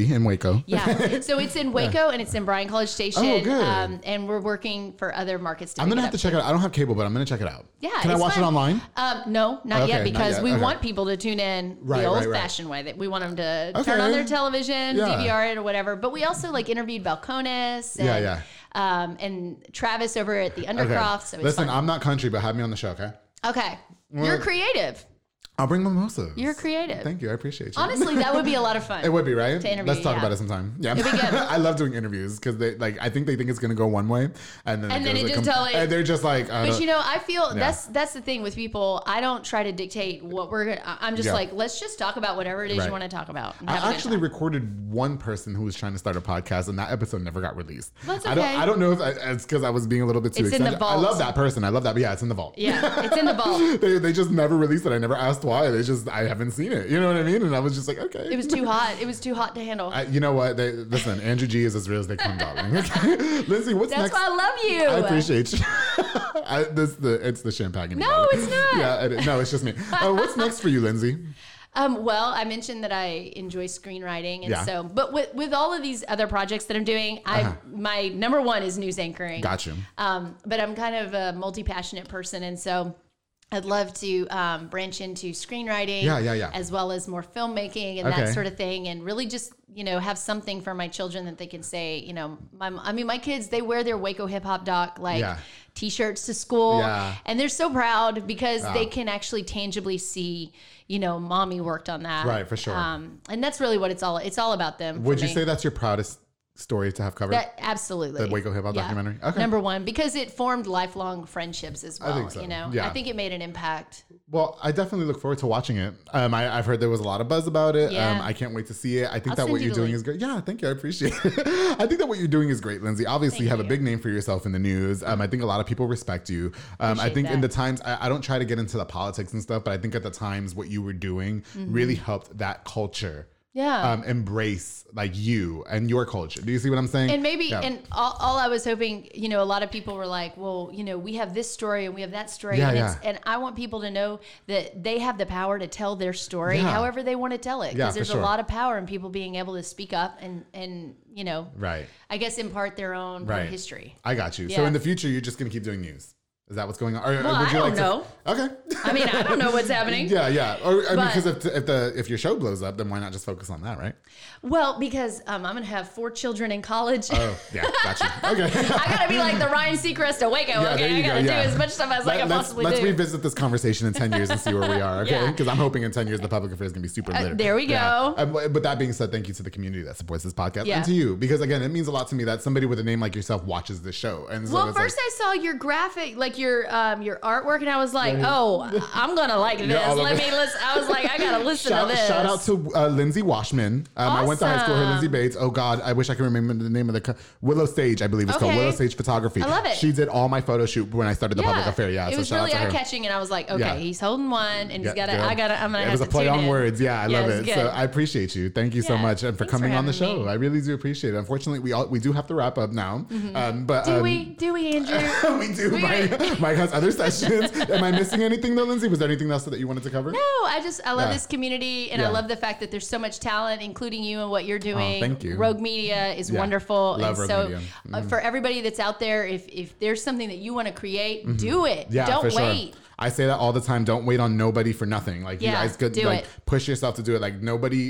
Speaker 1: Locally in Waco.
Speaker 3: yeah, so it's in Waco and it's in Bryan College Station. um,
Speaker 1: Oh, good.
Speaker 3: and we're working for other markets. To
Speaker 1: I'm
Speaker 3: pick
Speaker 1: going
Speaker 3: it
Speaker 1: to have to
Speaker 3: up.
Speaker 1: check it out. I don't have cable, but I'm going to check it out.
Speaker 3: Yeah,
Speaker 1: Can I
Speaker 3: it's
Speaker 1: watch
Speaker 3: fun.
Speaker 1: it online?
Speaker 3: Um, no, not
Speaker 1: Okay,
Speaker 3: yet,
Speaker 1: not
Speaker 3: because
Speaker 1: yet,
Speaker 3: we
Speaker 1: okay.
Speaker 3: want people to tune in
Speaker 1: Right, right,
Speaker 3: the
Speaker 1: right.
Speaker 3: old-fashioned way that we want them to
Speaker 1: Okay.
Speaker 3: turn on their television,
Speaker 1: Yeah.
Speaker 3: DVR it or whatever. But we also like interviewed Balcones, and,
Speaker 1: Yeah, yeah.
Speaker 3: um, and Travis over at the Undercroft. So it's
Speaker 1: Listen,
Speaker 3: fun.
Speaker 1: I'm not country, but have me on the show, okay?
Speaker 3: okay, you're creative.
Speaker 1: I'll bring mimosas.
Speaker 3: You're creative.
Speaker 1: Thank you. I appreciate you.
Speaker 3: Honestly, that would be a lot of fun.
Speaker 1: It would be right.
Speaker 3: interview,
Speaker 1: Let's talk
Speaker 3: yeah.
Speaker 1: about it sometime. Yeah,
Speaker 3: It'd be good.
Speaker 1: I love doing interviews because they like I think they think it's gonna go one way, and then
Speaker 3: And
Speaker 1: it
Speaker 3: then
Speaker 1: goes
Speaker 3: it
Speaker 1: a
Speaker 3: just
Speaker 1: com-
Speaker 3: totally-
Speaker 1: and they're just like, I
Speaker 3: But
Speaker 1: don't-
Speaker 3: you know, I feel that's that's the thing with people. I don't try to dictate what we're gonna. I- I'm just
Speaker 1: Yeah.
Speaker 3: like, let's just talk about whatever it is
Speaker 1: Right.
Speaker 3: you want to talk about. and have a
Speaker 1: I
Speaker 3: good
Speaker 1: actually
Speaker 3: time.
Speaker 1: recorded one person who was trying to start a podcast, and that episode never got released.
Speaker 3: That's
Speaker 1: I don't.
Speaker 3: okay.
Speaker 1: I don't know if I, it's because I was being a little bit too.
Speaker 3: It's in the
Speaker 1: eccentric. I
Speaker 3: vault.
Speaker 1: love that person. I love that. But yeah, it's in the vault.
Speaker 3: yeah, it's in the vault.
Speaker 1: they, they just never released it. I never asked why. They just I haven't seen it. You know what I mean? And I was just like, okay.
Speaker 3: It was too hot. It was too hot to handle.
Speaker 1: I, you know what? They, listen, Andrew G is as real as they come, darling. Okay, Lindsay, what's
Speaker 3: that's
Speaker 1: next?
Speaker 3: why I love you.
Speaker 1: I appreciate you. I, this the it's the champagne. in me,
Speaker 3: uh, No,
Speaker 1: darling.
Speaker 3: it's not.
Speaker 1: Yeah, it is. no, it's just me. Uh, what's next for you, Lindsay?
Speaker 3: Um, well, I mentioned that I enjoy screenwriting, and
Speaker 1: Yeah. Uh-huh.
Speaker 3: so, but with, with all of these other projects that I'm doing, I my number one is news anchoring.
Speaker 1: Gotcha.
Speaker 3: Um, but I'm kind of a multi passionate person, and so I'd love to um, branch into screenwriting.
Speaker 1: Yeah, yeah, yeah.
Speaker 3: As well as more filmmaking and
Speaker 1: Okay.
Speaker 3: that sort of thing, and really just you know have something for my children that they can say, you know, my I mean my kids they wear their Waco hip hop doc like.
Speaker 1: Yeah.
Speaker 3: T-shirts to school,
Speaker 1: Yeah.
Speaker 3: and they're so proud because they can actually tangibly see, you know, mommy worked on that,
Speaker 1: Right, for sure.
Speaker 3: Um, and that's really what it's all. It's all about them.
Speaker 1: Would
Speaker 3: for
Speaker 1: you
Speaker 3: me.
Speaker 1: say that's your proudest story to have covered?
Speaker 3: That absolutely
Speaker 1: The Waco Hip Hop documentary? Okay.
Speaker 3: Number one, because it formed lifelong friendships as well.
Speaker 1: think so.
Speaker 3: You know,
Speaker 1: Yeah.
Speaker 3: I think it made an impact.
Speaker 1: well, I definitely look forward to watching it. Um, I, I've heard there was a lot of buzz about it.
Speaker 3: Yeah.
Speaker 1: Um, I can't wait to see it. I think
Speaker 3: I'll
Speaker 1: that what
Speaker 3: send you
Speaker 1: you're
Speaker 3: the
Speaker 1: doing
Speaker 3: link.
Speaker 1: is great. Yeah, thank you. I appreciate it. I think that what you're doing is great, Lindsay. Obviously, you have a big name for yourself in the news. Um, I think a lot of people respect you. Um, I
Speaker 3: Appreciate
Speaker 1: think in the
Speaker 3: that.
Speaker 1: times, I, I don't try to get into the politics and stuff, but I think at the times, what you were doing
Speaker 3: Mm-hmm.
Speaker 1: really helped that culture
Speaker 3: Yeah.
Speaker 1: um, embrace like you and your culture. Do you see what I'm saying?
Speaker 3: and maybe
Speaker 1: Yeah.
Speaker 3: and all, all i was hoping you know a lot of people were like well you know we have this story and we have that story
Speaker 1: Yeah,
Speaker 3: and,
Speaker 1: yeah.
Speaker 3: and i want people to know that they have the power to tell their story
Speaker 1: Yeah.
Speaker 3: however they want to tell it because
Speaker 1: Yeah, for
Speaker 3: there's
Speaker 1: sure.
Speaker 3: a lot of power in people being able to speak up and and you know
Speaker 1: right,
Speaker 3: i guess impart their own
Speaker 1: right.
Speaker 3: history
Speaker 1: I got you. So
Speaker 3: Yeah.
Speaker 1: in the future, you're just gonna keep doing news. Is that what's going on? Or,
Speaker 3: Well, I don't
Speaker 1: to? Okay.
Speaker 3: i mean i don't know what's happening
Speaker 1: yeah, yeah. Or I mean,
Speaker 3: But-
Speaker 1: because if, if the if your show blows up, then why not just focus on that, right?
Speaker 3: well because um, i'm gonna have four children in college
Speaker 1: Oh, yeah, got you. Okay.
Speaker 3: I gotta be like the Ryan Seacrest to Waco.
Speaker 1: Yeah, there
Speaker 3: okay,
Speaker 1: you
Speaker 3: I
Speaker 1: go,
Speaker 3: gotta
Speaker 1: yeah.
Speaker 3: do as much stuff as I can
Speaker 1: Let, us
Speaker 3: possibly
Speaker 1: let's
Speaker 3: do.
Speaker 1: revisit this conversation in 10 years and see where we are, okay?
Speaker 3: Yeah. Uh,
Speaker 1: Because I'm hoping in 10 years the public affairs is going to be super lit.
Speaker 3: there we go.
Speaker 1: Um, but that being said, thank you to the community that supports this podcast
Speaker 3: Yeah.
Speaker 1: and to you. Because again, it means a lot to me that somebody with a name like yourself watches this show. And so
Speaker 3: Well,
Speaker 1: it's
Speaker 3: first
Speaker 1: like,
Speaker 3: I saw your graphic, like your um your artwork, and I was like, oh, I'm gonna like this.
Speaker 1: all
Speaker 3: Let
Speaker 1: over
Speaker 3: me
Speaker 1: it.
Speaker 3: listen. I was like, I gotta listen
Speaker 1: Shout,
Speaker 3: to this.
Speaker 1: shout out to uh, Lindsay Washman. Um, I went to high school with her, Lindsay
Speaker 3: Awesome.
Speaker 1: Bates. Oh God, I wish I could remember the name of the co- Willow Stage. I believe it's called
Speaker 3: Okay.
Speaker 1: Willow Stage Photography.
Speaker 3: I love it.
Speaker 1: She did all my photo shoot when I started the public affair. Yeah,
Speaker 3: it
Speaker 1: so
Speaker 3: was
Speaker 1: shout
Speaker 3: really
Speaker 1: out to
Speaker 3: eye
Speaker 1: her.
Speaker 3: catching, and I was like, okay,
Speaker 1: Yeah.
Speaker 3: he's holding one, and he's
Speaker 1: Yeah,
Speaker 3: got to.
Speaker 1: good.
Speaker 3: I gotta. I'm gonna.
Speaker 1: Yeah,
Speaker 3: have
Speaker 1: It was
Speaker 3: to
Speaker 1: a play
Speaker 3: tune
Speaker 1: on
Speaker 3: in.
Speaker 1: words. Yeah, I
Speaker 3: Yeah,
Speaker 1: love
Speaker 3: it was
Speaker 1: it.
Speaker 3: good.
Speaker 1: So I appreciate you. Thank you so
Speaker 3: Yeah.
Speaker 1: much and for
Speaker 3: Thanks for
Speaker 1: coming on the
Speaker 3: having
Speaker 1: show.
Speaker 3: me.
Speaker 1: I really do appreciate it. Unfortunately, we all we do have to wrap up now. Um, but
Speaker 3: Mm-hmm. Do
Speaker 1: um,
Speaker 3: we? Do we, Andrew?
Speaker 1: we do.
Speaker 3: We
Speaker 1: my,
Speaker 3: gotta-
Speaker 1: Mike has other sessions. Am I missing anything though, Lindsay? Was there anything else that you wanted to cover?
Speaker 3: No, I just I love
Speaker 1: Yeah.
Speaker 3: this community and
Speaker 1: Yeah. Oh,
Speaker 3: I love the fact that there's so much talent, including you and what you're doing.
Speaker 1: thank you.
Speaker 3: Rogue Media is
Speaker 1: Yeah.
Speaker 3: wonderful.
Speaker 1: Love
Speaker 3: and
Speaker 1: Rogue
Speaker 3: so
Speaker 1: Media. Mm-hmm.
Speaker 3: uh, for everybody that's out there, if if there's something that you want to create, do it.
Speaker 1: Mm-hmm. Yeah,
Speaker 3: Don't
Speaker 1: for sure.
Speaker 3: wait.
Speaker 1: I say that all the time. Don't wait on nobody for nothing. Like you
Speaker 3: Yeah,
Speaker 1: guys could
Speaker 3: do
Speaker 1: like
Speaker 3: it.
Speaker 1: push yourself to do it. Like nobody.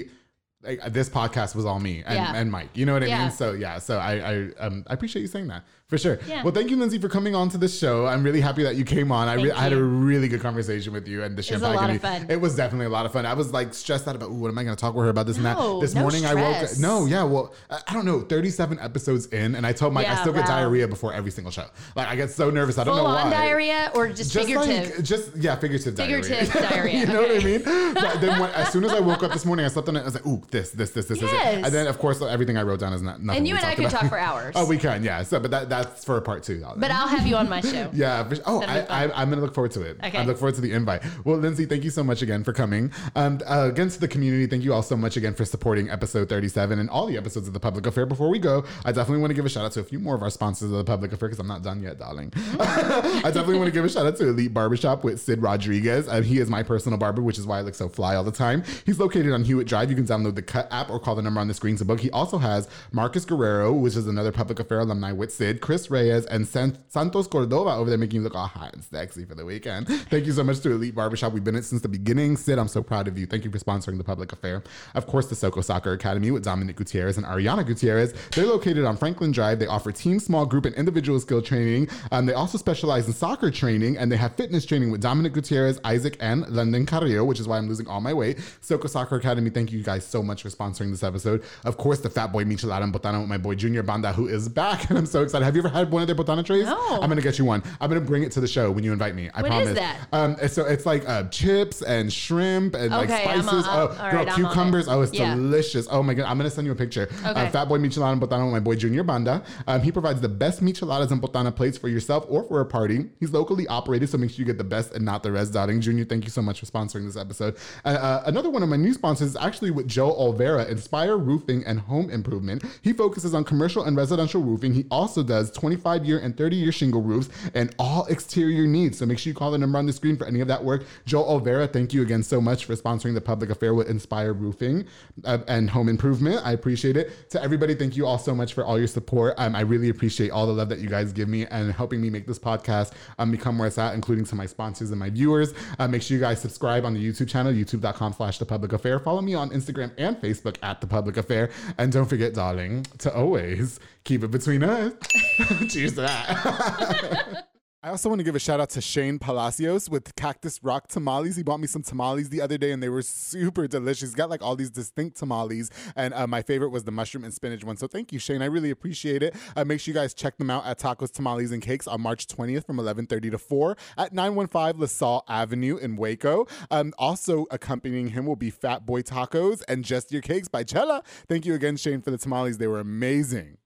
Speaker 1: Like, this podcast was all me and,
Speaker 3: Yeah.
Speaker 1: and Mike. You know what I
Speaker 3: Yeah.
Speaker 1: mean? So yeah. So I I, um, I appreciate you saying that for sure.
Speaker 3: Yeah.
Speaker 1: Well, thank you, Lindsay, for coming on to the show. I'm really happy that you came on. I, re-
Speaker 3: Thank
Speaker 1: I had a
Speaker 3: you.
Speaker 1: really good conversation with you and the
Speaker 3: was a
Speaker 1: champagne.
Speaker 3: lot of
Speaker 1: committee.
Speaker 3: fun.
Speaker 1: It was definitely a lot of fun. I was like stressed out about "Ooh, what am I going to talk with her about this and
Speaker 3: No,
Speaker 1: that. This
Speaker 3: no
Speaker 1: morning I woke.
Speaker 3: stress.
Speaker 1: No, yeah. Well, I I don't know. 37 episodes in, and I told Mike I
Speaker 3: Yeah,
Speaker 1: still get
Speaker 3: wow.
Speaker 1: diarrhea before every single show. Like I get so nervous. I don't
Speaker 3: Full
Speaker 1: know why
Speaker 3: on diarrhea or just,
Speaker 1: just
Speaker 3: figurative.
Speaker 1: like just yeah, figurative diarrhea.
Speaker 3: Figurative diarrhea,
Speaker 1: you know what I mean? But then when, as soon as I woke up this morning, I slept on it. I was like, ooh, this, this, this, this, this.
Speaker 3: Yes.
Speaker 1: And then of course everything I wrote down is not nothing.
Speaker 3: and you
Speaker 1: we
Speaker 3: and I
Speaker 1: talked
Speaker 3: could
Speaker 1: about.
Speaker 3: talk for hours.
Speaker 1: Oh, we can, yeah. So, but that, that's for a part two.
Speaker 3: but I'll have you on my show.
Speaker 1: yeah. for- oh, I,
Speaker 3: That'll be
Speaker 1: I, I'm going to look forward to it.
Speaker 3: Okay.
Speaker 1: I look forward to the invite. Well, Lindsay, thank you so much again for coming. Um, uh, again, to the community, thank you all so much again for supporting episode 37 and all the episodes of The Public Affair. Before we go, I definitely want to give a shout out to a few more of our sponsors of The Public Affair because I'm not done yet, darling. I definitely want to give a shout out to Elite Barbershop with Sid Rodriguez. Um, he is my personal barber, which is why I look so fly all the time. He's located on Hewitt Drive. You can download the Cut app or call the number on the screen to book. He also has Marcus Guerrero, which is another Public Affair alumni with Sid, Chris Reyes, and San- Santos Cordova over there making you look all hot and sexy for the weekend. Thank you so much to Elite Barbershop. We've been in it since the beginning. Sid, I'm so proud of you. Thank you for sponsoring the Public Affair. Of course, the Soco Soccer Academy with Dominic Gutierrez and Ariana Gutierrez. They're located on Franklin Drive. They offer team, small group, and individual skill training. Um, they also specialize in soccer training and they have fitness training with Dominic Gutierrez, Isaac, and London Carrillo, which is why I'm losing all my weight. Soco Soccer Academy, thank you guys so much for sponsoring this episode. Of course, the Fat Boy Michelada and Botana with my boy Junior Banda, who is back. And I'm so excited. Have you ever had one of their Botana trays?
Speaker 3: No.
Speaker 1: I'm going to get you one. I'm going to bring it to the show when you invite me. I
Speaker 3: What is
Speaker 1: promise.
Speaker 3: that?
Speaker 1: Um, and so it's like uh, chips and shrimp and like
Speaker 3: Okay, I'm
Speaker 1: spices.
Speaker 3: on-
Speaker 1: oh,
Speaker 3: all
Speaker 1: girl,
Speaker 3: right, I'm on it.
Speaker 1: cucumbers. Oh, it's
Speaker 3: Yeah.
Speaker 1: delicious. Oh my god, I'm gonna send you a picture.
Speaker 3: Okay.
Speaker 1: Uh, Fat Boy Michelada and Botana with my boy Junior Banda. Um, he provides the best micheladas and botana plates for yourself or for a party. He's locally operated, so make sure you get the best and not the rest. Darling Junior, thank you so much for sponsoring this episode. Uh, uh, another one of my new sponsors is actually with Joe Olvera, Inspire Roofing and Home Improvement. He focuses on commercial and residential roofing. He also does 25 year and 30 year shingle roofs and all exterior needs. So make sure you call the number on the screen for any of that work. Joel Olvera, thank you again so much for sponsoring the public affair with Inspire Roofing uh, and Home Improvement. I appreciate it. To everybody, thank you all so much for all your support. Um, I really appreciate all the love that you guys give me and helping me make this podcast um, become where it's at, including to my sponsors and my viewers. Uh, make sure you guys subscribe on the YouTube channel, youtube.com slash the public affair. Follow me on Instagram and Facebook at the public affair. And don't forget, darling, to always keep it between us. Cheers to that. I also want to give a shout out to Shane Palacios with Cactus Rock Tamales. He bought me some tamales the other day and they were super delicious. He got like all these distinct tamales, and uh, my favorite was the mushroom and spinach one. So thank you, Shane. I really appreciate it. Uh, make sure you guys check them out at Tacos, Tamales, and Cakes on March 20th from 11:30 to 4 at 915 LaSalle Avenue in Waco. Um, also accompanying him will be Fat Boy Tacos and Just Your Cakes by Chella. Thank you again, Shane, for the tamales. They were amazing.